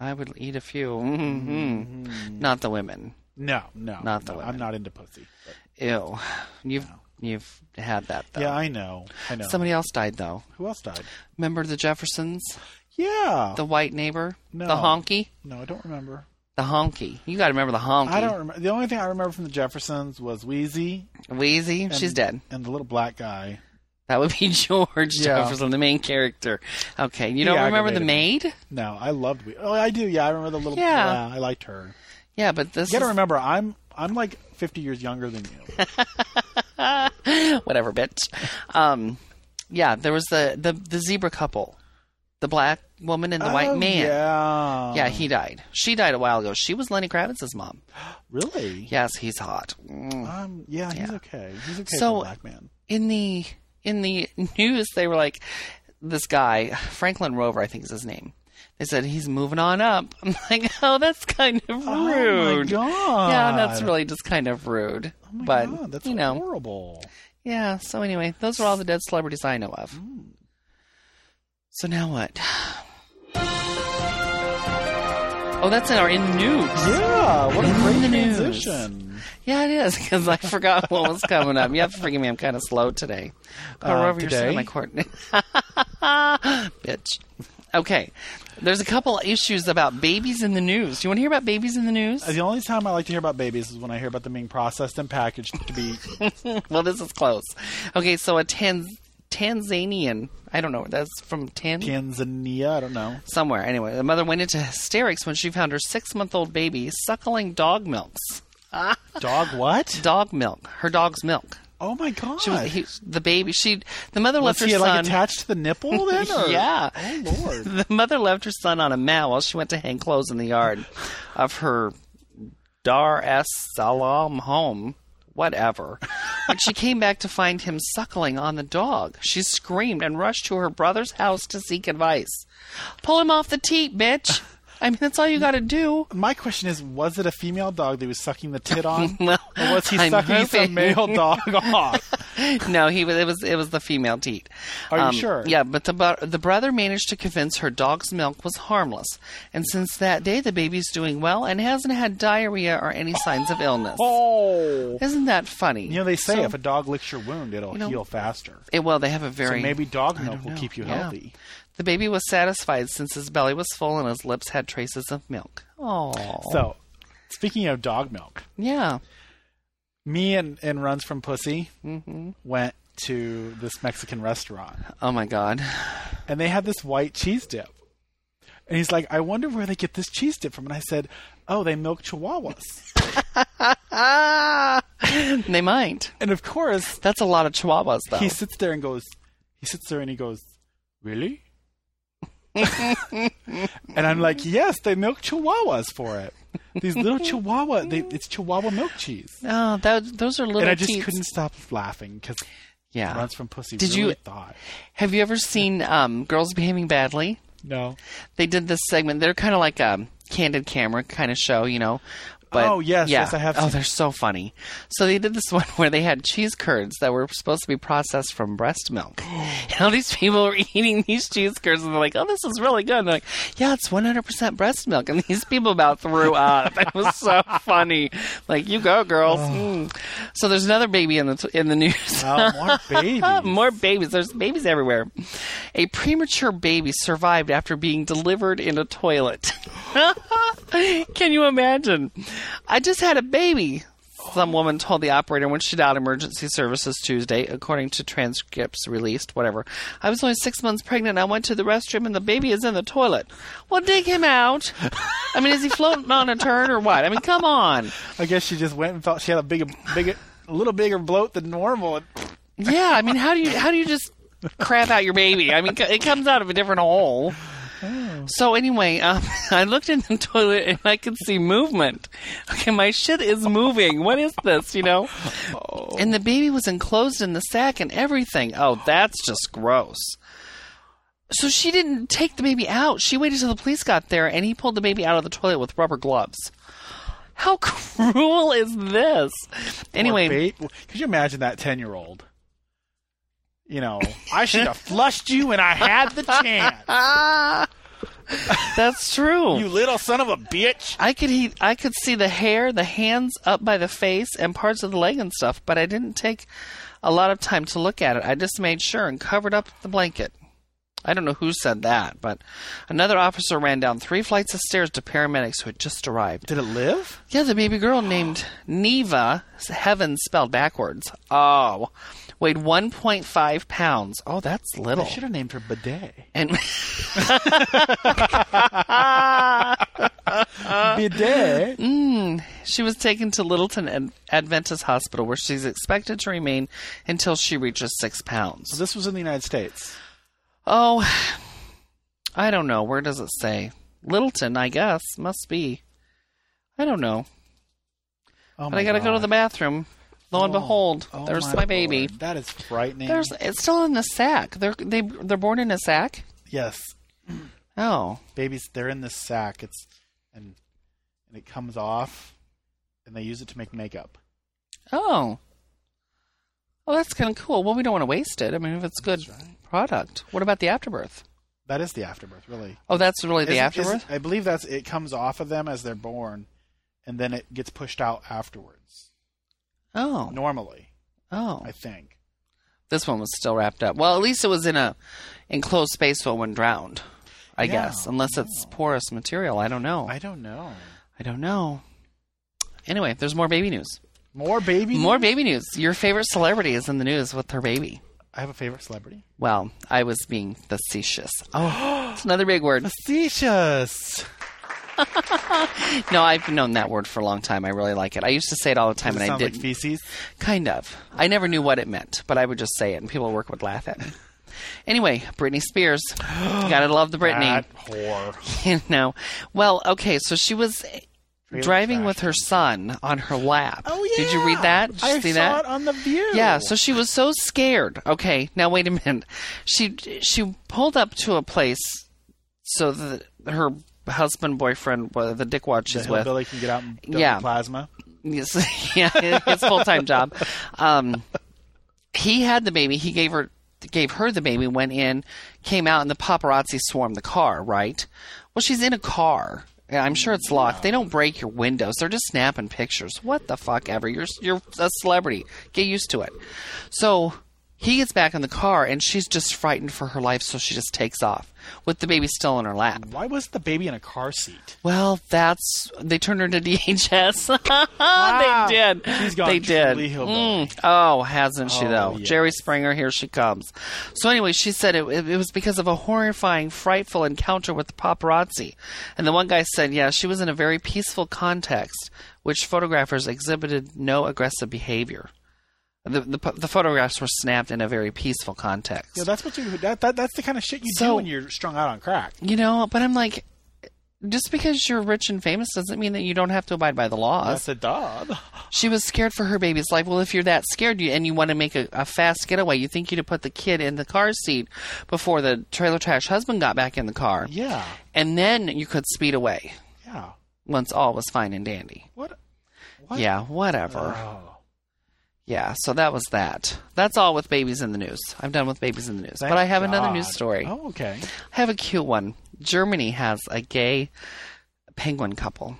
Speaker 1: I would eat a few. (laughs) hmm Not the women.
Speaker 2: No, no,
Speaker 1: Not the
Speaker 2: no, I'm
Speaker 1: women.
Speaker 2: not into pussy. but-
Speaker 1: Ew. You've, you've had that, though.
Speaker 2: yeah, I know. I know.
Speaker 1: Somebody else died, though.
Speaker 2: Who else died?
Speaker 1: Remember the Jeffersons?
Speaker 2: Yeah.
Speaker 1: The white neighbor?
Speaker 2: No.
Speaker 1: The honky?
Speaker 2: no, I don't remember.
Speaker 1: The honky. You got to remember the honky.
Speaker 2: I don't remember. The only thing I remember from the Jeffersons was Wheezy.
Speaker 1: Wheezy?
Speaker 2: and-
Speaker 1: She's dead.
Speaker 2: And the little black guy.
Speaker 1: That would be (laughs) George
Speaker 2: Yeah.
Speaker 1: Jefferson, the main character. Okay, you don't remember the
Speaker 2: aggravated me.
Speaker 1: maid?
Speaker 2: No, I loved. We- oh, I do. Yeah, I remember the little.
Speaker 1: Yeah.
Speaker 2: I liked her.
Speaker 1: Yeah, but this
Speaker 2: You gotta
Speaker 1: is
Speaker 2: remember, I'm I'm like 50 years younger than you.
Speaker 1: (laughs) whatever, bitch. Um, yeah, there was the, the the zebra couple, the black woman and (laughs) the
Speaker 2: Oh,
Speaker 1: white man.
Speaker 2: Yeah.
Speaker 1: Yeah, he died. She died a while ago. She was Lenny Kravitz's mom.
Speaker 2: Really?
Speaker 1: Yes, he's hot. Mm.
Speaker 2: Um. Yeah. He's okay. He's okay.
Speaker 1: So-
Speaker 2: for a black man.
Speaker 1: in the in the news they were like this guy franklin rover i think is his name they said he's moving on up (laughs) i'm like oh that's kind of rude
Speaker 2: Oh, my God.
Speaker 1: yeah that's really just kind of rude
Speaker 2: Oh my
Speaker 1: but
Speaker 2: God, that's
Speaker 1: you know
Speaker 2: horrible.
Speaker 1: yeah so anyway those are all the dead celebrities i know of
Speaker 2: Mm.
Speaker 1: so now what (sighs) Oh, that's in our in the news.
Speaker 2: Yeah, what a great
Speaker 1: the news.
Speaker 2: transition.
Speaker 1: Yeah, it is (laughs) because I forgot what was coming up. You have to forgive me. I'm kind of slow today. Carl
Speaker 2: Uh,
Speaker 1: Rover, you're still
Speaker 2: today?
Speaker 1: my
Speaker 2: (laughs)
Speaker 1: coordinate. Bitch. Okay. There's a couple issues about babies in the news. Do you want to hear about babies in the news?
Speaker 2: The only time I like to hear about babies is when I hear about them being processed and packaged
Speaker 1: (laughs)
Speaker 2: to be.
Speaker 1: (laughs) well, this is close. Okay, so a Tanz- Tanzanian, I don't know, that's from Tan.
Speaker 2: Tanzania, I don't know.
Speaker 1: somewhere. Anyway, the mother went into hysterics when she found her six month old baby suckling dog milks.
Speaker 2: Dog what?
Speaker 1: Dog milk. Her dog's milk.
Speaker 2: Oh my god.
Speaker 1: She was, he, the baby. She the mother left
Speaker 2: Was
Speaker 1: her
Speaker 2: he like
Speaker 1: son.
Speaker 2: attached to
Speaker 1: (laughs)
Speaker 2: the nipple then? Or?
Speaker 1: yeah.
Speaker 2: Oh
Speaker 1: (laughs)
Speaker 2: lord.
Speaker 1: The mother left her son on a mat while she went to hang clothes in the yard of her Dar es Salaam home, whatever. When she came back to find him suckling on the dog, she screamed and rushed to her brother's house to seek advice. Pull him off the teat, bitch. I mean, that's all you got to do.
Speaker 2: My question is, was it a female dog that he was sucking the tit on,
Speaker 1: (laughs) Well,
Speaker 2: or was he
Speaker 1: I'm
Speaker 2: sucking
Speaker 1: hoping.
Speaker 2: some male dog
Speaker 1: (laughs)
Speaker 2: off?
Speaker 1: no, he was. It was. It was the female teat. Um,
Speaker 2: Are you sure?
Speaker 1: Yeah, but the bu- the brother managed to convince her dog's milk was harmless, and since that day, the baby's doing well and hasn't had diarrhea or any signs of illness.
Speaker 2: Oh.
Speaker 1: Isn't that funny?
Speaker 2: You know they say
Speaker 1: So-
Speaker 2: if a dog licks your wound, it'll
Speaker 1: know-
Speaker 2: heal faster.
Speaker 1: Eh, well, they have a very
Speaker 2: So maybe dog milk will
Speaker 1: know.
Speaker 2: keep you
Speaker 1: Yeah.
Speaker 2: healthy.
Speaker 1: The baby was satisfied since his belly was full and his lips had traces of milk. Oh,
Speaker 2: So, speaking of dog milk,
Speaker 1: yeah.
Speaker 2: me and, and Runs from Pussy
Speaker 1: Mm-hmm.
Speaker 2: went to this Mexican restaurant,
Speaker 1: Oh my God.
Speaker 2: and they had this white cheese dip. And he's like, I wonder where they get this cheese dip from. And I said, Oh, they
Speaker 1: (laughs)
Speaker 2: milk chihuahuas.
Speaker 1: Ah, they might.
Speaker 2: and of course,
Speaker 1: That's a lot of chihuahuas, though.
Speaker 2: he sits there and goes, He sits there and he goes, Really?
Speaker 1: (laughs)
Speaker 2: and I'm like, Yes, they milk chihuahuas for it. These little chihuahua, they, it's chihuahua milk cheese.
Speaker 1: oh, that, those are little.
Speaker 2: and I just
Speaker 1: teats.
Speaker 2: couldn't stop laughing because
Speaker 1: Yeah.
Speaker 2: runs from pussy.
Speaker 1: Did
Speaker 2: really
Speaker 1: you-
Speaker 2: thought?
Speaker 1: Have you ever seen um, Girls Behaving Badly?
Speaker 2: No.
Speaker 1: They did this segment. They're kind of like a candid camera kind of show, you know. But,
Speaker 2: Oh, yes,
Speaker 1: yeah.
Speaker 2: yes, I have
Speaker 1: Oh,
Speaker 2: seen-
Speaker 1: they're so funny. So they did this (laughs) one where they had cheese curds that were supposed to be processed from breast
Speaker 2: (gasps)
Speaker 1: milk. and all these people were (laughs) eating these cheese curds, and they're like, "Oh, this is really good." And they're like, "Yeah, it's 100% breast milk." And these people about
Speaker 2: (laughs)
Speaker 1: threw up. it was so funny. Like, you go, girls. Mm. So there's another baby in the in the (laughs) news.
Speaker 2: Oh,
Speaker 1: (laughs)
Speaker 2: more babies.
Speaker 1: More babies. There's babies everywhere. A premature baby survived after being delivered in a toilet. (laughs) Can you imagine? I just had a baby. Some woman told the operator when she dialed emergency services Tuesday, according to transcripts released, whatever. I was only six months pregnant. I went to the restroom and the baby is in the toilet. Well, dig him out. I mean, is he floating on a turn or what? I mean, come on.
Speaker 2: I guess she just went and felt she had a big, big, a little bigger bloat than normal. And
Speaker 1: Yeah, I mean, how do you how do you just crap out your baby? I mean, it comes out of a different hole. So anyway, um, (laughs) I looked in the toilet and I could see movement. Okay, my shit is moving. What is this? You know? And the baby was enclosed in the sack and everything. Oh, that's just gross. So she didn't take the baby out. She waited till the police got there and he pulled the baby out of the toilet with rubber gloves. How (laughs) cruel is this? Anyway,
Speaker 2: Poor ba- could you imagine that ten-year-old? You know, I should have flushed you when I had the
Speaker 1: (laughs)
Speaker 2: chance.
Speaker 1: that's true.
Speaker 2: You little son of a bitch.
Speaker 1: I could he- I could see the hair, the hands up by the face, and parts of the leg and stuff, but I didn't take a lot of time to look at it. I just made sure and covered up the blanket. I don't know who said that, but another officer ran down three flights of stairs to paramedics who had just arrived.
Speaker 2: Did it live?
Speaker 1: Yeah, the baby girl named Neva, heaven spelled backwards. Oh, weighed 1.5 pounds. Oh, that's
Speaker 2: I
Speaker 1: little.
Speaker 2: should have named her Bidet.
Speaker 1: And (laughs) Uh, (laughs)
Speaker 2: Bidet.
Speaker 1: Mm. She was taken to Littleton Ad- Adventist Hospital, where she's expected to remain until she reaches six pounds.
Speaker 2: This was in the United States.
Speaker 1: Oh, I don't know. Where does it say? Littleton, I guess. Must be. I don't know.
Speaker 2: Oh
Speaker 1: But I got to go to the bathroom. Lo and behold, there's my, baby.
Speaker 2: That is frightening.
Speaker 1: There's it's still in the sack. They're they they're born in a sack.
Speaker 2: yes,
Speaker 1: Oh,
Speaker 2: babies they're in this sack it's and and it comes off and they use it to make makeup
Speaker 1: oh, oh, that's kind of cool. Well, we don't want to waste it. I mean, if it's good product, what about the afterbirth?
Speaker 2: That is the afterbirth, really.
Speaker 1: Oh, that's really the
Speaker 2: Isn't-
Speaker 1: afterbirth.
Speaker 2: isn't- I believe that's it comes off of them as they're born, and then it gets pushed out afterwards.
Speaker 1: oh,
Speaker 2: Normally,
Speaker 1: oh,
Speaker 2: I think.
Speaker 1: this one was still wrapped up. Well, at least it was in a enclosed space so it wouldn't drown. I
Speaker 2: Yeah,
Speaker 1: guess, unless it's porous material. I don't know.
Speaker 2: I don't know.
Speaker 1: I don't know. Anyway, there's more baby news.
Speaker 2: More baby.
Speaker 1: More baby news. Your favorite celebrity is in the news with her baby.
Speaker 2: I have a favorite (gasps) celebrity.
Speaker 1: Well, I was being facetious. Oh, it's another big word.
Speaker 2: (laughs) Facetious.
Speaker 1: No, I've known that word for a long time. I really like it. I used to say it all the time,
Speaker 2: Does
Speaker 1: and
Speaker 2: it
Speaker 1: I
Speaker 2: sound like
Speaker 1: didn't.
Speaker 2: feces?
Speaker 1: Kind of. I never knew what it meant, but I would just say it, and people at work would laugh at me. Anyway, Britney Spears.
Speaker 2: (gasps)
Speaker 1: Gotta love the Britney.
Speaker 2: That
Speaker 1: (laughs)
Speaker 2: whore.
Speaker 1: You know. Well, okay, so she was
Speaker 2: Trailer
Speaker 1: driving
Speaker 2: trash.
Speaker 1: with her son on her lap. Did you read that? Did you
Speaker 2: Oh, I
Speaker 1: see
Speaker 2: saw
Speaker 1: that?
Speaker 2: it Oh. on the View.
Speaker 1: Yeah, so she was so scared. Okay, now wait a minute. She she pulled up to a place so that her husband boyfriend, well, the dickwad she's with,
Speaker 2: Billy can get out and dump
Speaker 1: Yeah.
Speaker 2: plasma.
Speaker 1: yes, (laughs) yeah, his full time job. Um, he had the baby. He gave her gave her the baby. Went in, came out, and the paparazzi swarmed the car. Right. Well, she's in a car. and I'm sure it's locked. They don't break your windows. They're just snapping pictures. What the fuck ever. You're you're a celebrity. Get used to it. So he gets back in the car, and she's just frightened for her life. So she just takes off with the baby still in her lap.
Speaker 2: Why was the baby in a car seat?
Speaker 1: Well, that's they turned her into (laughs) DHS. They did.
Speaker 2: She's gone
Speaker 1: they did.
Speaker 2: truly hillbilly.
Speaker 1: Mm. Oh, hasn't she
Speaker 2: Oh,
Speaker 1: though?
Speaker 2: yes.
Speaker 1: Jerry Springer, here she comes. So anyway, she said it, it, it was because of a horrifying, frightful encounter with the paparazzi. And the one guy said, "Yeah, she was in a very peaceful context, which photographers exhibited no aggressive behavior." The, the, p- the photographs were snapped in a very peaceful context.
Speaker 2: Yeah, that's what you. That, that that's the kind of shit you
Speaker 1: So-
Speaker 2: do when you're strung out on crack.
Speaker 1: You know, but I'm like, just because you're rich and famous doesn't mean that you don't have to abide by the laws.
Speaker 2: That's a dog.
Speaker 1: She was scared for her baby's life. Well, if you're that scared you, and you want to make a, a fast getaway, you think you'd have put the kid in the car seat before the trailer trash husband got back in the car.
Speaker 2: Yeah,
Speaker 1: And then you could speed away
Speaker 2: yeah.
Speaker 1: once all was fine and dandy.
Speaker 2: What? What?
Speaker 1: Yeah, whatever.
Speaker 2: Oh.
Speaker 1: Yeah, so that was that. That's all with babies in the news. I'm done with babies in the news. but
Speaker 2: Thank
Speaker 1: I have another
Speaker 2: God.
Speaker 1: news story.
Speaker 2: Oh, okay.
Speaker 1: I have a cute one. Germany has a gay penguin couple.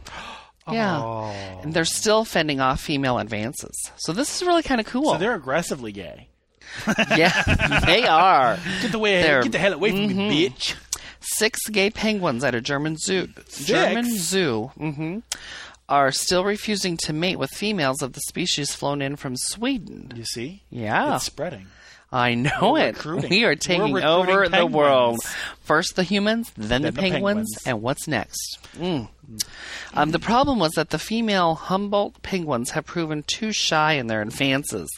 Speaker 1: Yeah.
Speaker 2: Oh.
Speaker 1: And they're still fending off female advances. So this is really kind of cool.
Speaker 2: So they're aggressively gay.
Speaker 1: (laughs) yeah, they
Speaker 2: (laughs)
Speaker 1: are.
Speaker 2: Get the way.
Speaker 1: They're- Mm-hmm.
Speaker 2: Get the hell away from me, bitch.
Speaker 1: Six gay penguins at a German zoo. German zoo.
Speaker 2: Mm-hmm.
Speaker 1: hmm Are still refusing to mate with females of the species flown in from Sweden.
Speaker 2: You see?
Speaker 1: Yeah,
Speaker 2: It's spreading.
Speaker 1: I know
Speaker 2: we're
Speaker 1: it.
Speaker 2: recruiting.
Speaker 1: We are
Speaker 2: We're
Speaker 1: taking
Speaker 2: recruiting
Speaker 1: over the
Speaker 2: penguins.
Speaker 1: world. First the humans, then,
Speaker 2: Then
Speaker 1: the,
Speaker 2: the
Speaker 1: penguins,
Speaker 2: penguins.
Speaker 1: and what's next? Mm. Um, the problem was that the female Humboldt penguins have proven too shy in their advances.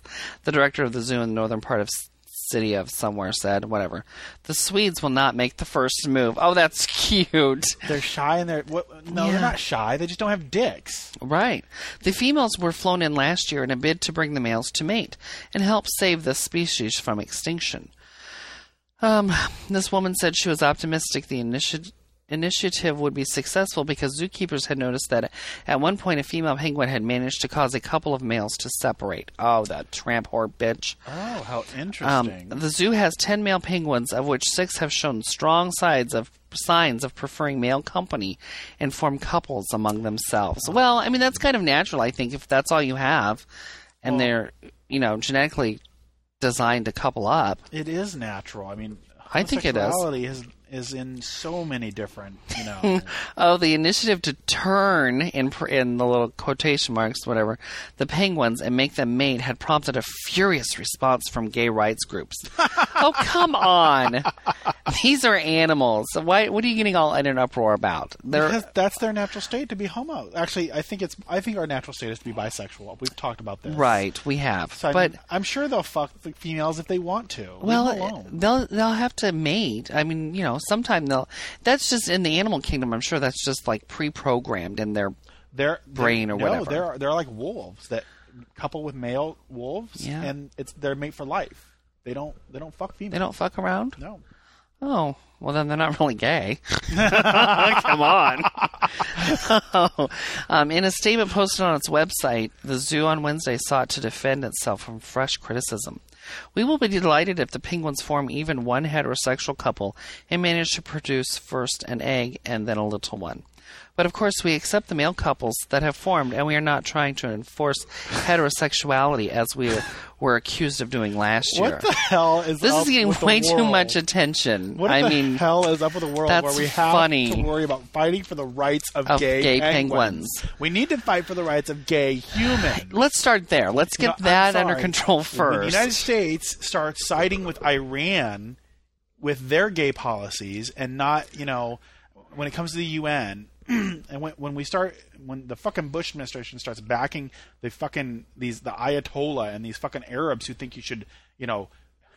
Speaker 1: The director of the zoo in the northern part of s- city of somewhere said, whatever. The Swedes will not make the first move. Oh, that's (laughs) cute.
Speaker 2: They're shy and they're what, no,
Speaker 1: Yeah.
Speaker 2: they're not shy. They just don't have dicks.
Speaker 1: Right. The females were flown in last year in a bid to bring the males to mate and help save the species from extinction. Um, this woman said she was optimistic the initi- initiative would be successful because zookeepers had noticed that at one point a female penguin had managed to cause a couple of males to separate. Oh, that tramp whore bitch.
Speaker 2: Oh, how
Speaker 1: Um,
Speaker 2: interesting.
Speaker 1: the zoo has ten male penguins, of which six have shown strong signs of signs of preferring male company and form couples among themselves. Well, I mean that's kind of natural, I think, if that's all you have, and they're you know genetically designed to couple up.
Speaker 2: it is natural. I mean,
Speaker 1: I think it is.
Speaker 2: homosexuality is is in so many different. You know,
Speaker 1: (laughs) Oh, the initiative to turn in pr- in the little quotation marks, whatever, the penguins and make them mate had prompted a furious response from gay rights
Speaker 2: (laughs)
Speaker 1: groups. oh, come on! These are animals. Why? What are you getting all in an uproar about? They're
Speaker 2: because that's their natural state to be homo. Actually, I think it's. I think our natural state is to be bisexual. We've talked about this,
Speaker 1: right. We have,
Speaker 2: So I
Speaker 1: but
Speaker 2: mean, I'm sure they'll fuck the females if they want to. Leave them
Speaker 1: Well, uh,
Speaker 2: alone.
Speaker 1: they'll they'll have to mate. I mean, you know, sometime they'll. That's just in the animal kingdom. I'm sure that's just like pre-programmed in their.
Speaker 2: they're
Speaker 1: brain or
Speaker 2: no,
Speaker 1: whatever.
Speaker 2: They're they're like wolves that couple with male wolves,
Speaker 1: Yeah.
Speaker 2: and it's they're mate for life. They don't they don't fuck females.
Speaker 1: They don't fuck around.
Speaker 2: No.
Speaker 1: Oh, well then they're not (laughs) really gay. Come on. Oh. (laughs) um, in a statement posted on its website, the zoo on Wednesday sought to defend itself from fresh criticism. We will be delighted if the penguins form even one heterosexual couple and manage to produce first an egg and then a little one. But of course, we accept the male couples that have formed, and we are not trying to enforce heterosexuality as we were accused of doing last year.
Speaker 2: What the hell is
Speaker 1: This
Speaker 2: up
Speaker 1: is getting
Speaker 2: with the
Speaker 1: way too
Speaker 2: world?
Speaker 1: much attention.
Speaker 2: What
Speaker 1: I
Speaker 2: the
Speaker 1: mean,
Speaker 2: hell is up with the world
Speaker 1: that's
Speaker 2: where we have
Speaker 1: funny.
Speaker 2: to worry about fighting for the rights of,
Speaker 1: Of
Speaker 2: gay,
Speaker 1: gay
Speaker 2: penguins. We need to fight for the rights
Speaker 1: (sighs)
Speaker 2: of gay humans.
Speaker 1: let's start there. Let's
Speaker 2: No,
Speaker 1: get
Speaker 2: I'm
Speaker 1: that under
Speaker 2: sorry.
Speaker 1: control
Speaker 2: When the
Speaker 1: first.
Speaker 2: United States starts siding with Iran with their gay policies and not, you know, when it comes to the UN, (clears throat) and when, when we start, when the fucking Bush administration starts backing the fucking, these, the Ayatollah and these fucking Arabs who think you should, you know,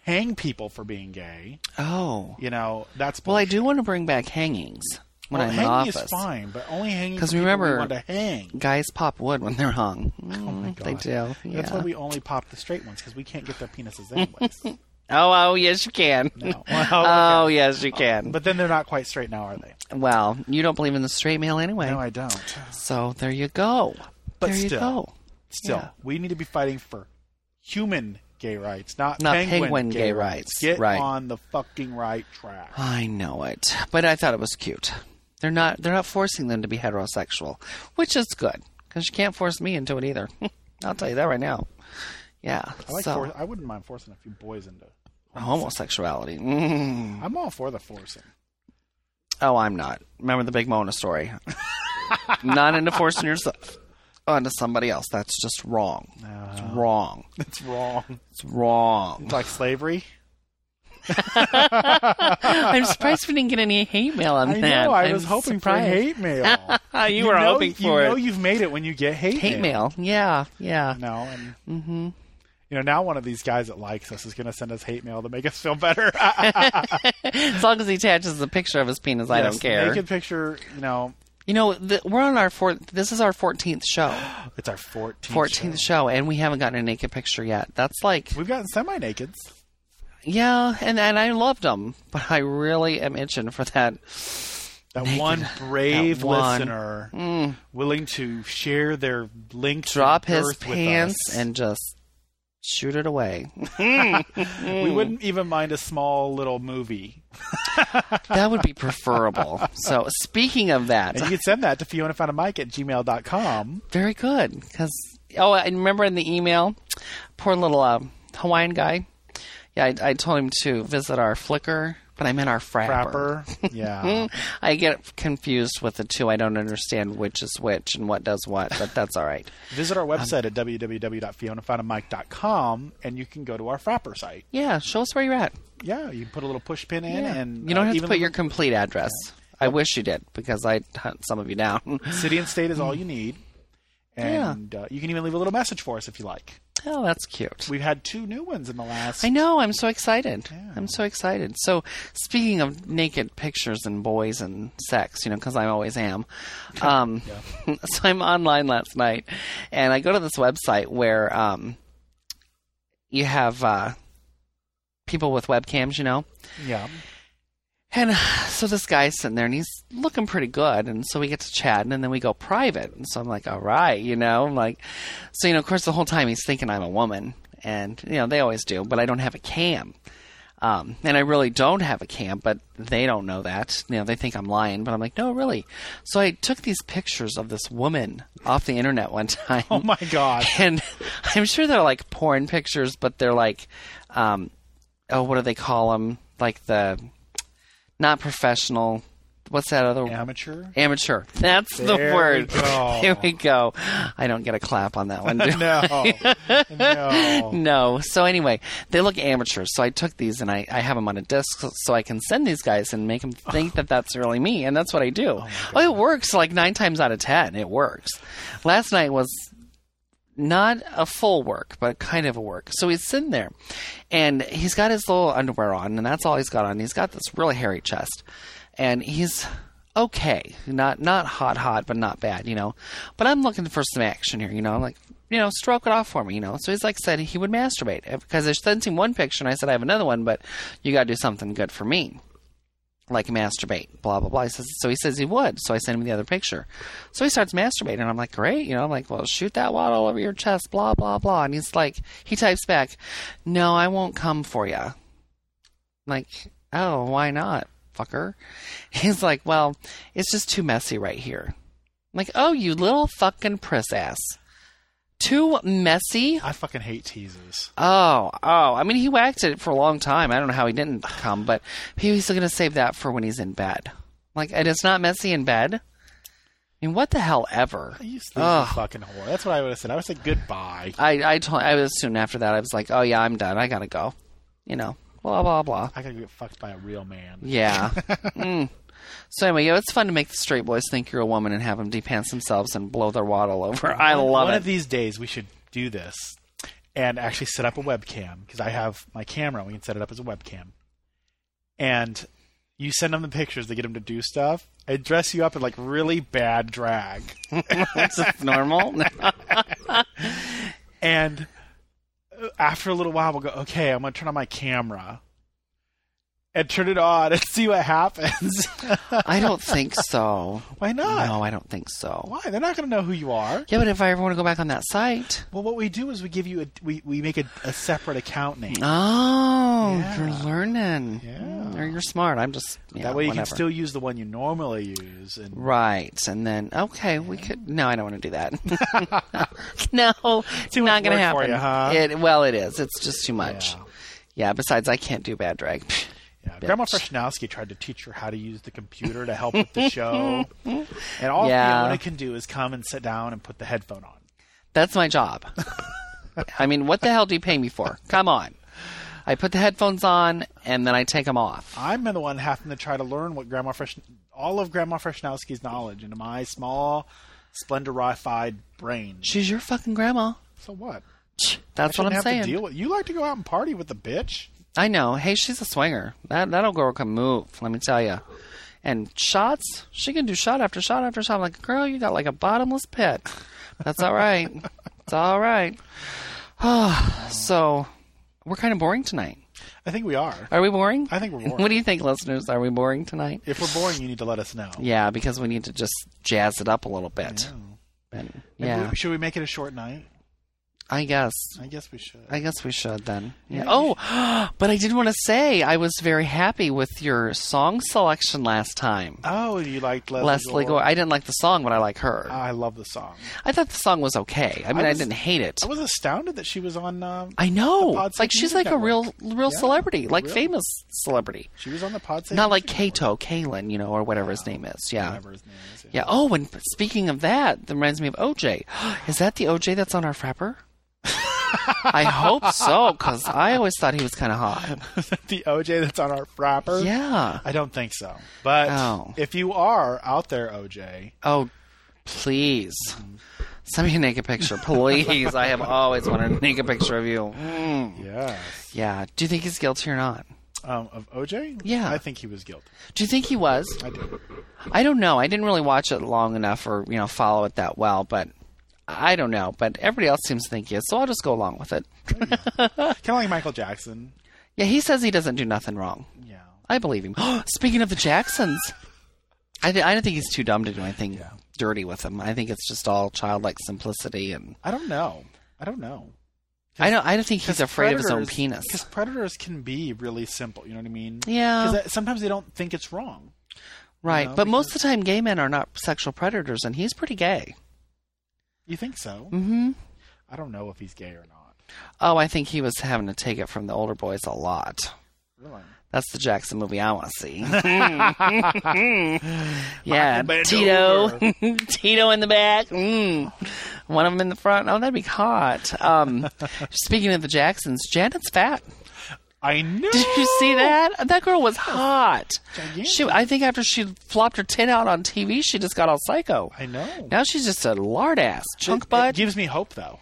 Speaker 2: hang people for being gay,
Speaker 1: oh,
Speaker 2: you know, that's
Speaker 1: well, I
Speaker 2: bullshit.
Speaker 1: do want to bring back hangings when
Speaker 2: Well,
Speaker 1: I'm in
Speaker 2: hanging
Speaker 1: office.
Speaker 2: is fine, but only hanging
Speaker 1: 'Cause
Speaker 2: because remember
Speaker 1: remember-
Speaker 2: we want to hang.
Speaker 1: Guys pop wood when they're hung. Mm, They
Speaker 2: Oh God.
Speaker 1: do.
Speaker 2: That's
Speaker 1: yeah.
Speaker 2: why we only pop the straight ones because we can't get their
Speaker 1: (laughs)
Speaker 2: penises anyways.
Speaker 1: Oh, oh, yes, you can. (laughs)
Speaker 2: No. (laughs) Well,
Speaker 1: oh, yes, you can.
Speaker 2: But then they're not quite straight now, are they?
Speaker 1: well, you don't believe in the straight male anyway.
Speaker 2: No, I don't.
Speaker 1: so there you go.
Speaker 2: But
Speaker 1: there you
Speaker 2: still.
Speaker 1: go.
Speaker 2: Still,
Speaker 1: Yeah.
Speaker 2: we need to be fighting for human gay rights, not,
Speaker 1: Not
Speaker 2: penguin,
Speaker 1: penguin gay rights.
Speaker 2: Get
Speaker 1: Right.
Speaker 2: on the fucking right track.
Speaker 1: I know it, but I thought it was cute. They're not. They're not forcing them to be heterosexual, which is good because you can't force me into it either. (laughs) I'll tell you that right now. Yeah.
Speaker 2: I like.
Speaker 1: so
Speaker 2: for- I wouldn't mind forcing a few boys into.
Speaker 1: homosexuality. Mm.
Speaker 2: I'm all for the forcing. (laughs)
Speaker 1: Oh, I'm not. Remember the big Mona story. (laughs) not into forcing yourself onto somebody else. That's just wrong. It's
Speaker 2: Uh-huh.
Speaker 1: wrong.
Speaker 2: It's wrong.
Speaker 1: It's wrong.
Speaker 2: It's like slavery.
Speaker 1: (laughs) I'm surprised we didn't get any hate mail on
Speaker 2: I
Speaker 1: that.
Speaker 2: know. I
Speaker 1: I'm
Speaker 2: was hoping
Speaker 1: surprised.
Speaker 2: for hate mail.
Speaker 1: (laughs) Ah, you, were
Speaker 2: know-
Speaker 1: hoping for
Speaker 2: you
Speaker 1: it.
Speaker 2: know you've made it when you get hate,
Speaker 1: hate mail. Mm-hmm. Yeah. Yeah.
Speaker 2: now, and you know now one of these guys that likes us is going to send us hate mail to make us feel better. I
Speaker 1: As long as he attaches a picture of his penis, I don't care.
Speaker 2: Naked picture, you know,
Speaker 1: You know, th we're on our fourth. This is our fourteenth
Speaker 2: (gasps)
Speaker 1: show,
Speaker 2: it's our fourteenth.
Speaker 1: fourteenth show, and we haven't gotten a naked picture yet. That's like,
Speaker 2: We've gotten semi-nakeds.
Speaker 1: yeah, and and I loved them, but I really am itching for that.
Speaker 2: That one brave
Speaker 1: That one. Mm.
Speaker 2: listener willing to share their link, to
Speaker 1: Drop his
Speaker 2: Earth with
Speaker 1: pants
Speaker 2: us.
Speaker 1: and just shoot it away. Mm.
Speaker 2: we wouldn't even mind a small little movie.
Speaker 1: that would be
Speaker 2: (laughs)
Speaker 1: preferable. so, speaking of that,
Speaker 2: And you can send that to Fiona Found a Mike at gmail.com.
Speaker 1: very good because oh and remember in the email poor little uh, hawaiian guy yeah I, I told him to visit our flickr but i meant our frapper, (laughs)
Speaker 2: Rapper. Yeah.
Speaker 1: i get confused with the two i don't understand which is which and what does what but that's all right
Speaker 2: Visit our
Speaker 1: Um,
Speaker 2: website at www.fionafoundamike.com and you can go to our Frapper site.
Speaker 1: yeah show us where you're at
Speaker 2: Yeah, you can put a little push pin in
Speaker 1: yeah.
Speaker 2: and
Speaker 1: you don't
Speaker 2: uh,
Speaker 1: have to
Speaker 2: even
Speaker 1: put your complete address i wish you did because i hunt some of you down (laughs)
Speaker 2: city and state is all you
Speaker 1: Hmm.
Speaker 2: need. And uh, you can even leave a little message for us if you like.
Speaker 1: oh that's cute
Speaker 2: We've had two new ones in the last
Speaker 1: I know. I'm so excited. I'm so excited. So, speaking of naked pictures and boys and sex, you know, because I always am. Um, (laughs) so I'm online last night, and I go to this website where um, you have uh, people with webcams, you know,
Speaker 2: Yeah.
Speaker 1: and (sighs) so this guy's sitting there and he's looking pretty good. And so we get to chatting and then we go private. And so I'm like, all right, you know, I'm like, so, you know, of course, the whole time he's thinking I'm a woman. And, you know, they always do, but I don't have a cam. Um, and I really don't have a cam, but they don't know that. You know, they think I'm lying, but I'm like, no, really. So I took these pictures of this woman off the internet one (laughs) time.
Speaker 2: Oh my God.
Speaker 1: And (laughs) I'm sure they're like porn pictures, but they're like, um, oh, what do they call them? Like the not professional. What's that other
Speaker 2: Amateur.
Speaker 1: (laughs) Amateur. That's
Speaker 2: There
Speaker 1: the word.
Speaker 2: we go.
Speaker 1: (laughs) There we go. I don't get a clap on that one. do I?
Speaker 2: (laughs)
Speaker 1: (laughs)
Speaker 2: No. no.
Speaker 1: No. So anyway, they look amateur. So I took these and I, I have them on a disc so- so I can send these guys and make them think that that's really me. And that's what I do. Oh, it works like nine times out of ten. It works. Last night was not a full work, but kind of a work. So he's sitting there and he's got his little underwear on and that's all he's got on. He's got this really hairy chest and he's okay. Not, not hot, hot, but not bad, you know, but I'm looking for some action here. You know, I'm like, you know, stroke it off for me, you know. So he's like said he would masturbate because I sent him one picture and I said I have another one, but you got to do something good for me. like masturbate, blah blah blah. He says, so he says he would. So I send him the other picture. So he starts masturbating, and I'm like, great, you know, I'm like, well, shoot that wad all over your chest, blah blah blah. And he's like, he types back, no, I won't come for you. Like, oh, why not, fucker? (laughs) He's like, well, it's just too messy right here. I'm like, oh, you little fucking priss ass. Too messy.
Speaker 2: I fucking hate teasers.
Speaker 1: Oh, oh. I mean, he whacked it for a long time. I don't know how he didn't come, but he's going to save that for when he's in bed. Like, and it's not messy in bed. I mean, what the hell ever?
Speaker 2: I used to
Speaker 1: Ugh.
Speaker 2: fucking whore. That's what I would have said. I would say goodbye.
Speaker 1: I, I told, I was soon after that, I was like, oh yeah, I'm done. I got to go. You know, blah, blah, blah.
Speaker 2: I gotta get fucked by a real man. (laughs)
Speaker 1: Yeah. mm. So anyway, yeah, it's fun to make the straight boys think you're a woman and have them depants themselves and blow their wad all over. I love
Speaker 2: One
Speaker 1: it.
Speaker 2: of these days, we should do this and actually set up a webcam because I have my camera. We can set it up as a webcam. And you send them the pictures to get them to do stuff. I dress you up in like really bad drag.
Speaker 1: (laughs) That's just
Speaker 2: (laughs)
Speaker 1: normal.
Speaker 2: And uh, after a little while, we'll go, okay, I'm going to turn on my camera and turn it on and (laughs) see what happens. (laughs)
Speaker 1: I don't think so.
Speaker 2: Why not?
Speaker 1: No, I don't think so.
Speaker 2: Why? They're not going to know who you are.
Speaker 1: Yeah, but if I ever want to go back on that site.
Speaker 2: Well, what we do is we give you a, we, we make a, a separate account name.
Speaker 1: Oh,
Speaker 2: Yeah.
Speaker 1: you're learning.
Speaker 2: Yeah.
Speaker 1: Or you're smart. I'm just. Yeah,
Speaker 2: that way you
Speaker 1: whatever.
Speaker 2: can still use the one you normally use. And
Speaker 1: Right. And then, okay, we could. No, I don't want to do (laughs) that. no, it's
Speaker 2: Too
Speaker 1: not going
Speaker 2: much
Speaker 1: to
Speaker 2: work
Speaker 1: happen.
Speaker 2: for you, huh?
Speaker 1: it, well, it is. It's just too much.
Speaker 2: Yeah.
Speaker 1: Yeah, besides, I can't do bad drag.
Speaker 2: yeah. Grandma
Speaker 1: bitch.
Speaker 2: Freshnowski tried to teach her how to use the computer to help with the
Speaker 1: (laughs)
Speaker 2: show. and all
Speaker 1: Yeah.
Speaker 2: Fiona can do is come and sit down and put the headphone on.
Speaker 1: That's my job. I mean, what the hell do you pay me for? Come on. I put the headphones on and then I take them off.
Speaker 2: I'm the one having to try to learn what Grandma Fresh, all of Grandma Freshnowski's knowledge into my small, splendorified brain.
Speaker 1: She's your fucking grandma.
Speaker 2: So what?
Speaker 1: That's what
Speaker 2: Shouldn't
Speaker 1: I'm
Speaker 2: have
Speaker 1: saying.
Speaker 2: to deal with. You like to go out and party with the bitch.
Speaker 1: I know. Hey, she's a swinger. That that old girl can move. Let me tell you. And shots, she can do shot after shot after shot. I'm like, girl, you got like a bottomless pit. That's all right. it's all right. (sighs) so, we're kind of boring tonight.
Speaker 2: I think we are.
Speaker 1: Are we boring?
Speaker 2: I think we're boring.
Speaker 1: (laughs) What do you think, listeners? Are we boring tonight?
Speaker 2: If we're boring, you need to let us know.
Speaker 1: Yeah, because we need to just jazz it up a little bit. And-
Speaker 2: Maybe
Speaker 1: yeah,
Speaker 2: we- should we make it a short night?
Speaker 1: I guess.
Speaker 2: I guess we should.
Speaker 1: I guess we should then. Yeah. Oh, (gasps) but I did want to say I was very happy with your song selection last time.
Speaker 2: oh, you liked Leslie,
Speaker 1: Leslie Gore. I didn't like the song, but I like her.
Speaker 2: I love the song.
Speaker 1: I thought the song was okay. Uh, I mean, I,
Speaker 2: was-
Speaker 1: didn't hate it.
Speaker 2: I was astounded that she was on. Um,
Speaker 1: I know.
Speaker 2: The Pod
Speaker 1: Like
Speaker 2: City
Speaker 1: she's like
Speaker 2: Music
Speaker 1: a real, real
Speaker 2: Yeah,
Speaker 1: celebrity, like
Speaker 2: real.
Speaker 1: famous celebrity,
Speaker 2: she was on the pod. Save
Speaker 1: not like
Speaker 2: Music
Speaker 1: Kato, Kalen, you know, or whatever his name is.
Speaker 2: Award,
Speaker 1: Yeah.
Speaker 2: whatever his name is.
Speaker 1: Yeah. Oh, and speaking of that, that reminds me of OJ. (gasps) Is that the OJ that's on our frapper? (laughs) I hope so, because I always thought he was kind of (laughs) hot.
Speaker 2: (laughs) the OJ that's on our frapper.
Speaker 1: Yeah.
Speaker 2: I don't think so. But
Speaker 1: Oh.
Speaker 2: if you are out there, OJ,
Speaker 1: Oh, please. Send me a naked picture, please. I have always wanted a naked picture of you. Mm.
Speaker 2: yes,
Speaker 1: Yeah. Do you think he's guilty or not?
Speaker 2: um, of OJ,
Speaker 1: Yeah.
Speaker 2: I think he was guilty.
Speaker 1: Do you think he was?
Speaker 2: I do.
Speaker 1: I don't know. I didn't really watch it long enough or, you know, follow it that well, but I don't know. But everybody else seems to think he is, so I'll just go along with it.
Speaker 2: Kind of like Michael Jackson.
Speaker 1: Yeah, he says he doesn't do nothing wrong.
Speaker 2: Yeah.
Speaker 1: I believe him. (gasps) Speaking of the Jacksons, I, th- I don't think he's too dumb to do anything dirty with him. I think it's just all childlike simplicity, and
Speaker 2: I don't know. I don't know.
Speaker 1: I don't. I don't think he's afraid of his own penis.
Speaker 2: Because predators can be really simple. You know what I mean?
Speaker 1: Yeah.
Speaker 2: Because sometimes they don't think it's wrong.
Speaker 1: Right,
Speaker 2: know,
Speaker 1: but most of the time, gay men are not sexual predators, and he's pretty gay.
Speaker 2: You think so?
Speaker 1: Mm-hmm.
Speaker 2: I don't know if he's gay or not.
Speaker 1: Oh, I think he was having to take it from the older boys a lot.
Speaker 2: Really?
Speaker 1: That's the Jackson movie I want to
Speaker 2: (laughs)
Speaker 1: see. Hmm. yeah,
Speaker 2: Michael
Speaker 1: Tito, (laughs)
Speaker 2: Bandura.
Speaker 1: Tito in the back, mm. one of them in the front. Oh, that'd be hot.
Speaker 2: (laughs)
Speaker 1: Um, speaking of the Jacksons, Janet's fat. (laughs)
Speaker 2: I know.
Speaker 1: Did you see that? That girl was hot.
Speaker 2: Gigantic.
Speaker 1: She, I think after she flopped her tin out on TV, she just got all psycho.
Speaker 2: I know.
Speaker 1: Now she's just a lard ass
Speaker 2: It-
Speaker 1: chunk
Speaker 2: it
Speaker 1: butt.
Speaker 2: gives me hope, though.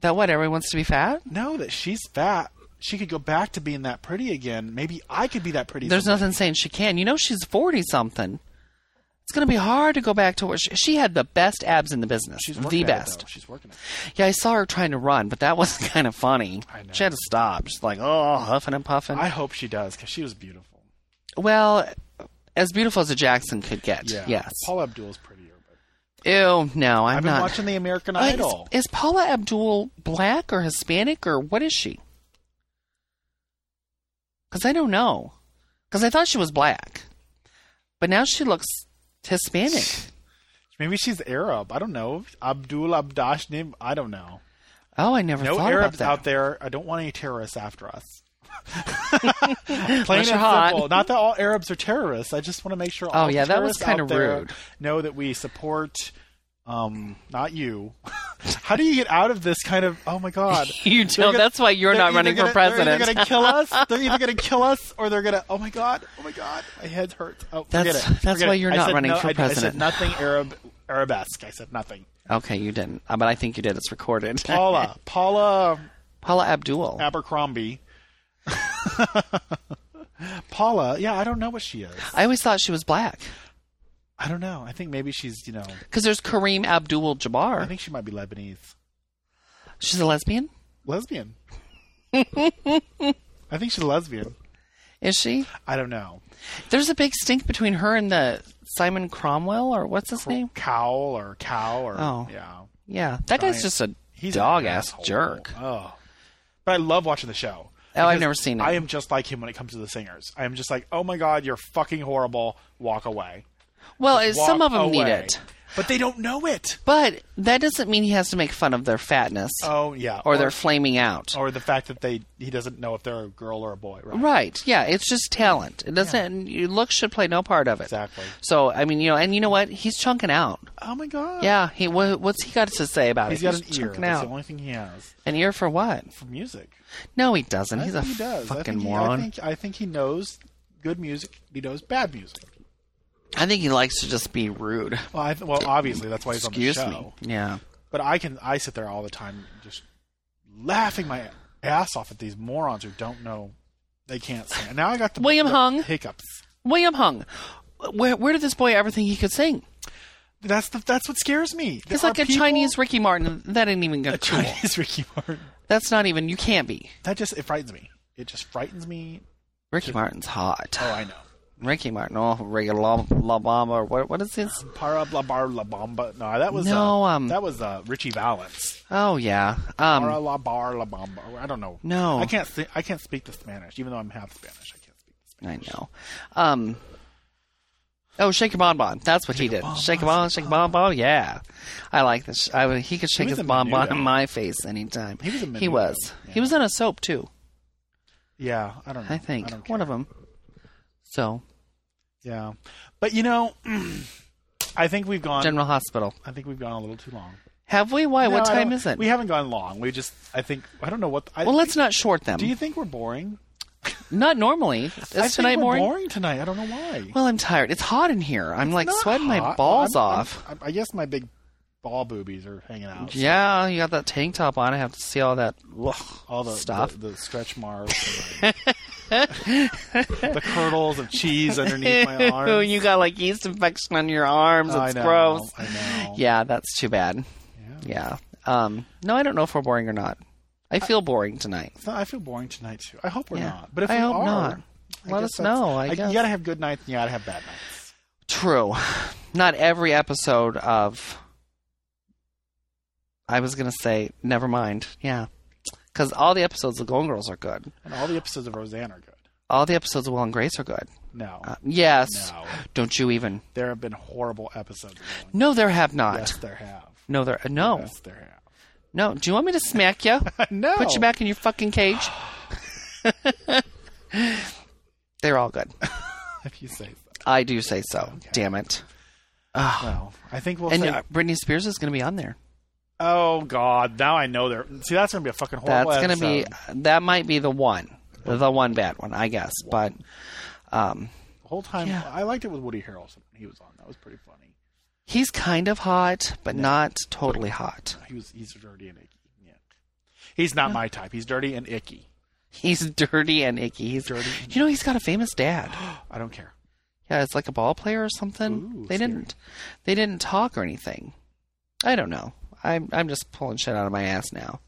Speaker 1: that what everyone wants to be fat.
Speaker 2: No, that she's fat. She could go back to being that pretty again. Maybe I could be that pretty.
Speaker 1: There's
Speaker 2: someday.
Speaker 1: nothing saying she can. You know she's forty something. It's gonna be hard to go back to where she, she had the best abs in the business.
Speaker 2: She's
Speaker 1: the
Speaker 2: working at it,
Speaker 1: best.
Speaker 2: though. She's working. At it.
Speaker 1: yeah, I saw her trying to run, but that (laughs) was kind of funny.
Speaker 2: I know.
Speaker 1: She had to stop. She's like, oh, huffing and puffing.
Speaker 2: I hope she does because she was beautiful.
Speaker 1: well, as beautiful as a Jackson could get.
Speaker 2: Yeah.
Speaker 1: Yes.
Speaker 2: Paul Abdul's prettier. But
Speaker 1: Ew, no, I'm
Speaker 2: I've been
Speaker 1: not.
Speaker 2: watching The American
Speaker 1: Uh, is-
Speaker 2: Idol.
Speaker 1: Is, Paula Abdul black or Hispanic or what is she? Because I don't know. Because I thought she was black, but now she looks Hispanic.
Speaker 2: Maybe she's Arab. I don't know. Abdul Abdash name. I don't know.
Speaker 1: Oh, I never
Speaker 2: No
Speaker 1: thought
Speaker 2: Arabs
Speaker 1: about that.
Speaker 2: out there. I don't want any terrorists after
Speaker 1: (laughs)
Speaker 2: us. Plain
Speaker 1: Unless
Speaker 2: and
Speaker 1: you're hot.
Speaker 2: simple. Not that all Arabs are terrorists. I just want to make sure. All
Speaker 1: Oh, yeah,
Speaker 2: the
Speaker 1: that was
Speaker 2: terrorists out
Speaker 1: kinda
Speaker 2: there
Speaker 1: rude.
Speaker 2: Know that we support. Um, not you. How do you get out of this kind of? Oh
Speaker 1: (laughs)
Speaker 2: my God!
Speaker 1: You
Speaker 2: They're
Speaker 1: don't. That's why you're
Speaker 2: they're
Speaker 1: not
Speaker 2: either
Speaker 1: running for
Speaker 2: gonna- They're
Speaker 1: president.
Speaker 2: either going to
Speaker 1: (laughs)
Speaker 2: kill us. They're either going to kill us, or they're going to. Oh my God! Oh my God! My head hurts. Oh, forget
Speaker 1: That's-
Speaker 2: it.
Speaker 1: that's
Speaker 2: Forget
Speaker 1: why
Speaker 2: it.
Speaker 1: you're
Speaker 2: I
Speaker 1: not
Speaker 2: said
Speaker 1: running
Speaker 2: no-
Speaker 1: for
Speaker 2: I-
Speaker 1: president.
Speaker 2: I said nothing Arab Arabesque. I said nothing.
Speaker 1: Okay, you didn't, Uh, but I think you did. It's recorded.
Speaker 2: Paula, Paula
Speaker 1: (laughs) Paula Abdul.
Speaker 2: Abercrombie. (laughs) Paula, yeah, I don't know what she is.
Speaker 1: I always thought she was black
Speaker 2: I don't know. I think maybe she's, you know,
Speaker 1: because there's Kareem Abdul
Speaker 2: I
Speaker 1: Jabbar.
Speaker 2: think she might be Lebanese.
Speaker 1: She's a lesbian, (laughs)
Speaker 2: Lesbian. I think she's lesbian.
Speaker 1: is she?
Speaker 2: I don't know.
Speaker 1: There's a big stink between her and the Simon Cromwell or what's his name?
Speaker 2: Cowl or cow or
Speaker 1: Oh.
Speaker 2: yeah.
Speaker 1: Yeah, that guy's
Speaker 2: Giant-
Speaker 1: just a
Speaker 2: He's an
Speaker 1: dog ass
Speaker 2: asshole.
Speaker 1: jerk.
Speaker 2: Oh. But I love watching the show.
Speaker 1: Oh, I've
Speaker 2: Because
Speaker 1: never seen it.
Speaker 2: I am just like him when it comes to the singers. I am just like, oh my god, you're fucking horrible. Walk away.
Speaker 1: Well, it- some
Speaker 2: Walk
Speaker 1: of them need
Speaker 2: away.
Speaker 1: it,
Speaker 2: but they don't know it.
Speaker 1: but that doesn't mean he has to make fun of their fatness
Speaker 2: Oh yeah,
Speaker 1: or their flaming out.
Speaker 2: or the fact that they he doesn't know if they're a girl or a boy, right?
Speaker 1: Right? Yeah, it's just talent. It doesn't. Your looks should play no part of it.
Speaker 2: Exactly.
Speaker 1: So I mean, you know, and you know what? He's chunking out.
Speaker 2: Oh my god.
Speaker 1: Yeah. He wha- what's he got to say about
Speaker 2: He's
Speaker 1: it?
Speaker 2: got an ear.
Speaker 1: chunking
Speaker 2: That's
Speaker 1: out.
Speaker 2: the only thing he has
Speaker 1: An ear for what?
Speaker 2: for music.
Speaker 1: No, he doesn't.
Speaker 2: I
Speaker 1: He's a
Speaker 2: think he does. I
Speaker 1: fucking
Speaker 2: think he-
Speaker 1: moron.
Speaker 2: I think, I think he knows good music. He knows bad music.
Speaker 1: I think he likes to just be rude.
Speaker 2: Well, I, th- well, obviously that's why he's
Speaker 1: Excuse
Speaker 2: on the show.
Speaker 1: me. Yeah.
Speaker 2: But I can I sit there all the time just laughing my ass off at these morons who don't know they can't sing. And now I got the
Speaker 1: William
Speaker 2: the
Speaker 1: Hung.
Speaker 2: hiccups.
Speaker 1: William Hung. Where, where did this boy ever think he could sing?
Speaker 2: That's the, that's what scares me. There
Speaker 1: He's
Speaker 2: are
Speaker 1: like a
Speaker 2: people-
Speaker 1: Chinese Ricky Martin. That ain't even
Speaker 2: a
Speaker 1: gonna cool.
Speaker 2: Chinese (laughs) Ricky Martin.
Speaker 1: (laughs) That's not even. You can't be.
Speaker 2: That just it frightens me. It just frightens me.
Speaker 1: Ricky Martin's hot.
Speaker 2: Oh, I know.
Speaker 1: Ricky Martin. Oh, Ricky La, La Bamba. Or what? What is this?
Speaker 2: Para bla bar la bamba. No, that was
Speaker 1: No,
Speaker 2: Uh,
Speaker 1: um,
Speaker 2: that was uh, Richie Valens.
Speaker 1: Oh yeah. Um.
Speaker 2: Para la bar la bamba. I don't know.
Speaker 1: No.
Speaker 2: I can't. si- I can't speak the Spanish, even though I'm half Spanish. I can't speak.
Speaker 1: I know. Um. Oh, shake your bonbon. That's what he did.
Speaker 2: bonbon,
Speaker 1: shake a bonbon, shake a bonbon. Yeah, I like this. I would, he could shake
Speaker 2: was
Speaker 1: his
Speaker 2: in Menudo.
Speaker 1: bonbon in my face anytime.
Speaker 2: He was in
Speaker 1: He
Speaker 2: Menudo,
Speaker 1: was. He
Speaker 2: yeah.
Speaker 1: was on a soap too.
Speaker 2: Yeah, I don't know.
Speaker 1: I think
Speaker 2: don't care.
Speaker 1: one of them. So
Speaker 2: Yeah, but you know, (clears throat) I think we've gone.
Speaker 1: General Hospital.
Speaker 2: I think we've gone a little too long.
Speaker 1: Have we? Why? what
Speaker 2: No, I
Speaker 1: time
Speaker 2: don't-
Speaker 1: is it?
Speaker 2: We haven't gone long. We just. I think. I don't know what. I,
Speaker 1: well, let's not short them.
Speaker 2: Do you think we're boring?
Speaker 1: Not normally. Is
Speaker 2: I think
Speaker 1: tonight
Speaker 2: we're
Speaker 1: boring?
Speaker 2: tonight. I don't know why.
Speaker 1: Well, I'm tired. It's hot in here. I'm like
Speaker 2: Not
Speaker 1: sweating my
Speaker 2: hot.
Speaker 1: balls
Speaker 2: Well, I'm- I'm-
Speaker 1: off.
Speaker 2: I'm- I guess my big ball boobies are hanging out.
Speaker 1: yeah, you got that tank top on. I have to see all that.
Speaker 2: all the
Speaker 1: Stuff.
Speaker 2: the, the stretch marks, and (laughs) the, the curdles of cheese
Speaker 1: (laughs)
Speaker 2: underneath my arms.
Speaker 1: Ew, Oh, you got like yeast infection on your arms.
Speaker 2: I
Speaker 1: it's
Speaker 2: know,
Speaker 1: gross.
Speaker 2: I know.
Speaker 1: Yeah, that's too bad.
Speaker 2: Yeah.
Speaker 1: Yeah. Um, no, I don't know if we're boring or not. I feel boring tonight.
Speaker 2: So I feel boring tonight too. I hope we're
Speaker 1: Yeah.
Speaker 2: not. But if
Speaker 1: I
Speaker 2: we
Speaker 1: hope
Speaker 2: are,
Speaker 1: not. Let
Speaker 2: I guess
Speaker 1: us
Speaker 2: that's-
Speaker 1: know, I guess.
Speaker 2: you gotta have good nights. and You gotta have bad nights.
Speaker 1: True. (sighs) Not every episode of. I was gonna say, never mind. Yeah, because all the episodes of Golden Girls are good.
Speaker 2: And all the episodes of Roseanne are good.
Speaker 1: All the episodes of Will and Grace are good.
Speaker 2: No,
Speaker 1: Uh, yes.
Speaker 2: no,
Speaker 1: Don't you even?
Speaker 2: there have been horrible episodes. Of Roseanne.
Speaker 1: No, there have not.
Speaker 2: Yes, there have.
Speaker 1: No, there. No,
Speaker 2: Yes, there
Speaker 1: no. Do you want me to smack
Speaker 2: (laughs)
Speaker 1: you?
Speaker 2: have. no.
Speaker 1: Put you back in your fucking
Speaker 2: (laughs)
Speaker 1: cage. They're all good.
Speaker 2: (laughs) if you say so.
Speaker 1: I do say so. Damn it. Ah.
Speaker 2: No, I think we'll.
Speaker 1: and
Speaker 2: say,
Speaker 1: uh, Britney Spears is going to be on there.
Speaker 2: oh God, now I know there. See, that's gonna be a fucking horrible.
Speaker 1: That's going to
Speaker 2: episode.
Speaker 1: be. That might be the one. The one bad one, I guess. But um,
Speaker 2: The whole time,
Speaker 1: Yeah.
Speaker 2: I liked it with Woody Harrelson when he was on. That was pretty funny.
Speaker 1: he's kind of hot, but not totally hot.
Speaker 2: He was he's dirty and icky. Yeah, he's not my type. He's dirty and icky.
Speaker 1: He's (laughs) dirty and icky. He's
Speaker 2: Dirty and-
Speaker 1: You know, he's got a famous dad.
Speaker 2: I don't care.
Speaker 1: Yeah, it's like a ball player or something.
Speaker 2: Ooh,
Speaker 1: they
Speaker 2: scary.
Speaker 1: didn't they didn't talk or anything. I don't know. I'm I'm just pulling shit out of my ass now.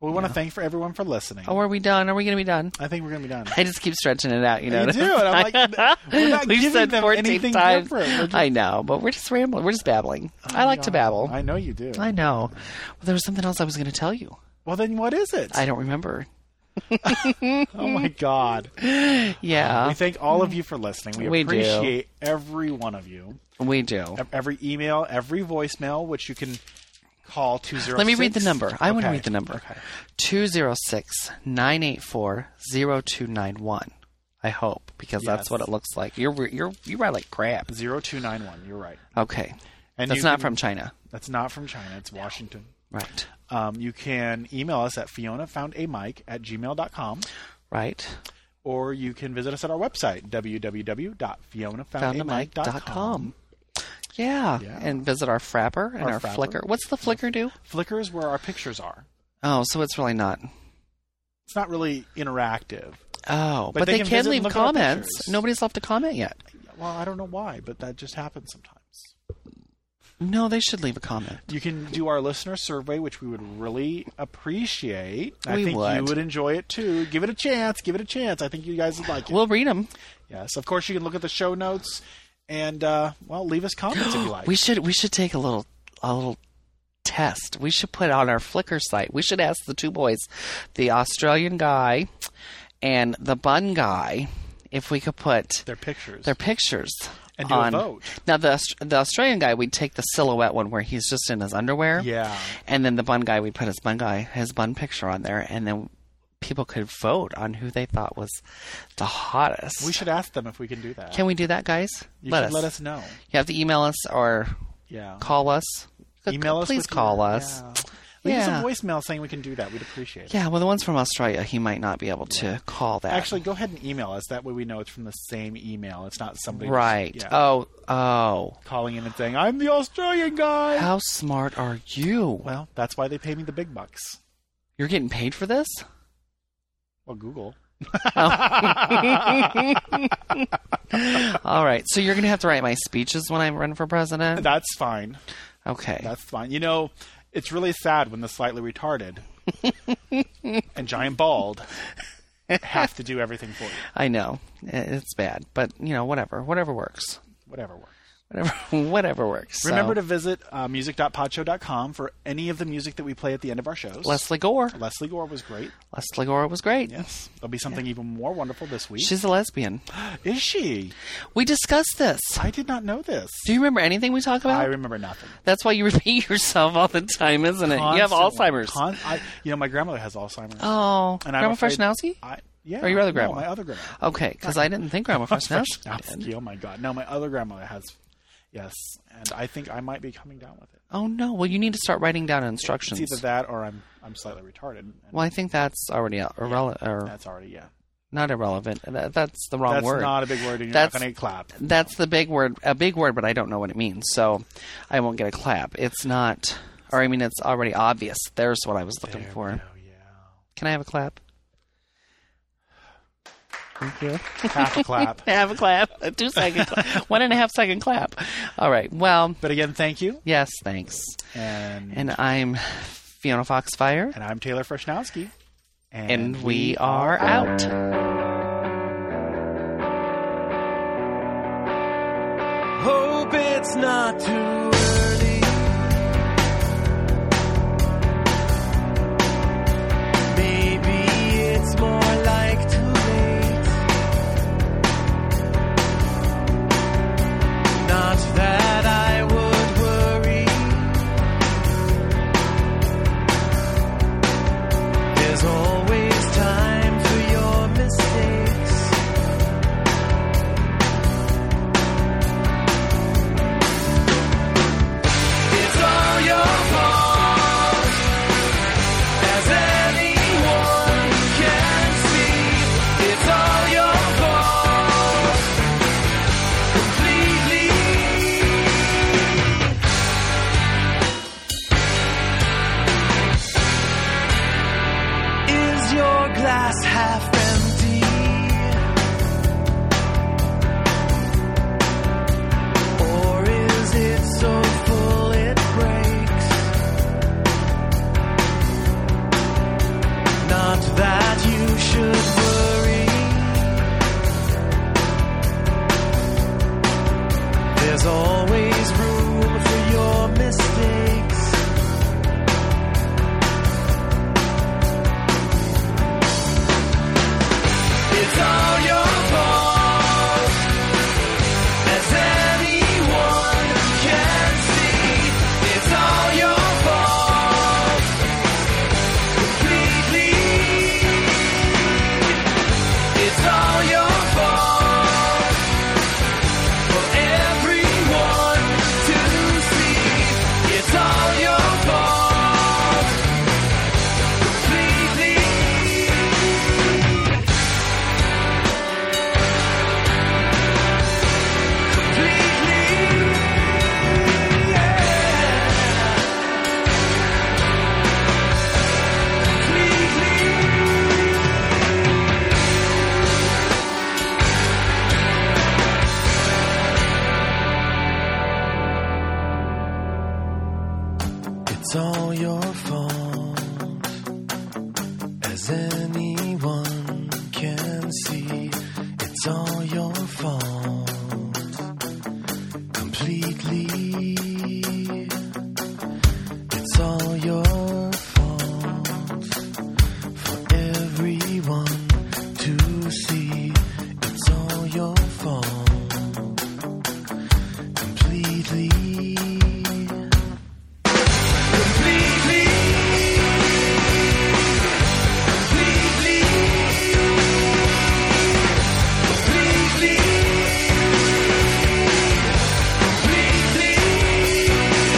Speaker 2: Well, we want to thank for everyone for listening.
Speaker 1: Oh, are we done? Are we going to be done?
Speaker 2: I think we're gonna be done.
Speaker 1: I just keep stretching it out, you know.
Speaker 2: You do, and
Speaker 1: (laughs)
Speaker 2: I'm like, we're not
Speaker 1: We've
Speaker 2: giving
Speaker 1: said
Speaker 2: them
Speaker 1: 14
Speaker 2: anything
Speaker 1: times.
Speaker 2: different. We're just- Oh
Speaker 1: I know, but we're just rambling. We're just babbling. I like to babble.
Speaker 2: I know you do.
Speaker 1: I know. Well, there was something else I was going to tell you.
Speaker 2: Well, then what is it?
Speaker 1: I don't remember.
Speaker 2: oh my god. We
Speaker 1: Yeah,
Speaker 2: thank all of you for listening. We,
Speaker 1: We do.
Speaker 2: appreciate every one of you.
Speaker 1: we do.
Speaker 2: Ev- Every email, every voicemail, which you can call 206.
Speaker 1: Let me read the number. I want to
Speaker 2: Okay.
Speaker 1: read the number.
Speaker 2: Okay.
Speaker 1: 206 984 0291. I hope, because
Speaker 2: Yes.
Speaker 1: that's what it looks like. You're, you're, you write like crap.
Speaker 2: 0291. You're right.
Speaker 1: Okay.
Speaker 2: And
Speaker 1: that's
Speaker 2: you
Speaker 1: not
Speaker 2: can-
Speaker 1: from China.
Speaker 2: That's not from China. It's Washington.
Speaker 1: Right.
Speaker 2: Um, you can email us at fionafoundamike at gmail.com
Speaker 1: Right.
Speaker 2: or you can visit us at our website, www.fionafoundamike.com.
Speaker 1: foundamike.com. Yeah.
Speaker 2: Yeah.
Speaker 1: And visit our Frapper and
Speaker 2: Our
Speaker 1: our,
Speaker 2: Frapper.
Speaker 1: Flickr. What's the Flickr do?
Speaker 2: Flickr is where our pictures are.
Speaker 1: Oh, so it's really not.
Speaker 2: It's not really interactive.
Speaker 1: Oh,
Speaker 2: But
Speaker 1: but,
Speaker 2: they
Speaker 1: they,
Speaker 2: can
Speaker 1: can,
Speaker 2: visit and
Speaker 1: leave
Speaker 2: look at our
Speaker 1: comments.
Speaker 2: pictures.
Speaker 1: Nobody's left a comment yet.
Speaker 2: Well, I don't know why, but that just happens sometimes.
Speaker 1: No, they should leave a comment.
Speaker 2: You can do our listener survey, which we would really appreciate. I
Speaker 1: We
Speaker 2: think you
Speaker 1: would.
Speaker 2: would enjoy it too. Give it a chance. Give it a chance. I think you guys would like it.
Speaker 1: We'll read them.
Speaker 2: yes, of course you can look at the show notes and uh, well, leave us comments
Speaker 1: (gasps)
Speaker 2: if you like.
Speaker 1: We should we should take a little a little test. We should put on our Flickr site. We should ask the two boys, the Australian guy and the bun guy, if we could put
Speaker 2: their pictures.
Speaker 1: their pictures
Speaker 2: And do a
Speaker 1: on.
Speaker 2: vote.
Speaker 1: Now the Aus- the Australian guy, we'd take the silhouette one where he's just in his underwear.
Speaker 2: yeah,
Speaker 1: And then the bun guy, we'd put his bun guy, his bun picture on there, and then people could vote on who they thought was the hottest.
Speaker 2: we should ask them if we can do that.
Speaker 1: Can we do that, guys?
Speaker 2: you should let us know.
Speaker 1: You have to email us or
Speaker 2: Yeah,
Speaker 1: call us.
Speaker 2: email us.
Speaker 1: Please
Speaker 2: with
Speaker 1: call
Speaker 2: your-
Speaker 1: us.
Speaker 2: Yeah. Leave
Speaker 1: Yeah.
Speaker 2: us a voicemail saying we can do that. We'd appreciate it.
Speaker 1: Yeah. well, the ones from Australia, he might not be able to call that.
Speaker 2: Actually, go ahead and email us. That way we know it's from the same email. It's not somebody
Speaker 1: right.
Speaker 2: Yeah,
Speaker 1: Oh, oh.
Speaker 2: calling in and saying, "I'm the Australian guy."
Speaker 1: How smart are you?
Speaker 2: Well, that's why they pay me the big bucks.
Speaker 1: You're getting paid for this?
Speaker 2: Well, Google.
Speaker 1: All right. So you're going to have to write my speeches when I run for
Speaker 2: (laughs)
Speaker 1: president?
Speaker 2: That's fine.
Speaker 1: Okay.
Speaker 2: That's fine. You know, it's really sad when the slightly
Speaker 1: (laughs)
Speaker 2: retarded and giant bald have to do everything for you.
Speaker 1: I know. It- It's bad, but you know, whatever. Whatever works.
Speaker 2: Whatever works.
Speaker 1: Whatever (laughs) whatever works. So,
Speaker 2: Remember to visit uh, music.podshow.com for any of the music that we play at the end of our shows.
Speaker 1: Leslie Gore.
Speaker 2: Leslie Gore was great.
Speaker 1: Leslie Gore was great.
Speaker 2: Yes. There'll be something even more wonderful this week.
Speaker 1: She's a lesbian.
Speaker 2: Is she?
Speaker 1: We discussed this.
Speaker 2: I did not know this.
Speaker 1: Do you remember anything we talk about?
Speaker 2: I remember nothing.
Speaker 1: That's why you (laughs) repeat yourself all the time, isn't it? You have
Speaker 2: Constantly.
Speaker 1: Alzheimer's.
Speaker 2: Con- I, you know, my grandmother has Alzheimer's.
Speaker 1: oh,
Speaker 2: And I'm
Speaker 1: Grandma
Speaker 2: afraid-
Speaker 1: Freshnowski?
Speaker 2: I, yeah.
Speaker 1: Or your other
Speaker 2: no,
Speaker 1: grandma?
Speaker 2: my
Speaker 1: (laughs)
Speaker 2: other grandma.
Speaker 1: Okay, because I didn't think
Speaker 2: (laughs)
Speaker 1: Grandma Freshnowski did.
Speaker 2: Freshnowski. Oh my god. No, my other grandmother has. Yes, and I think I might be coming down with it.
Speaker 1: Oh no! Well, you need to start writing down
Speaker 2: It's
Speaker 1: instructions.
Speaker 2: either that or I'm I'm slightly retarded. And
Speaker 1: Well, I think that's already irrelevant, or
Speaker 2: that's already yeah.
Speaker 1: not irrelevant. That- That's the wrong
Speaker 2: That's
Speaker 1: word.
Speaker 2: not a big word. And you're
Speaker 1: That's-
Speaker 2: not going to clap.
Speaker 1: that's the big word, a big word, but I don't know what it means, so I won't get a clap. It's not, or I mean, it's already obvious. There's what I was looking for.
Speaker 2: Oh yeah.
Speaker 1: Can I have a clap? Thank you.
Speaker 2: Half
Speaker 1: (laughs)
Speaker 2: a clap.
Speaker 1: have a clap. A two second clap. One and a half second clap. All right. Well,
Speaker 2: But again, thank you.
Speaker 1: yes, thanks.
Speaker 2: And and,
Speaker 1: And I'm Fiona Foxfire,
Speaker 2: I'm Taylor Freshnowski.
Speaker 1: and we are out.
Speaker 4: Hope it's not too early. Maybe it's more like too late. Not that I would worry. There's always time for your mistakes. to see it's all your fault completely. Completely. Completely. Completely. Completely.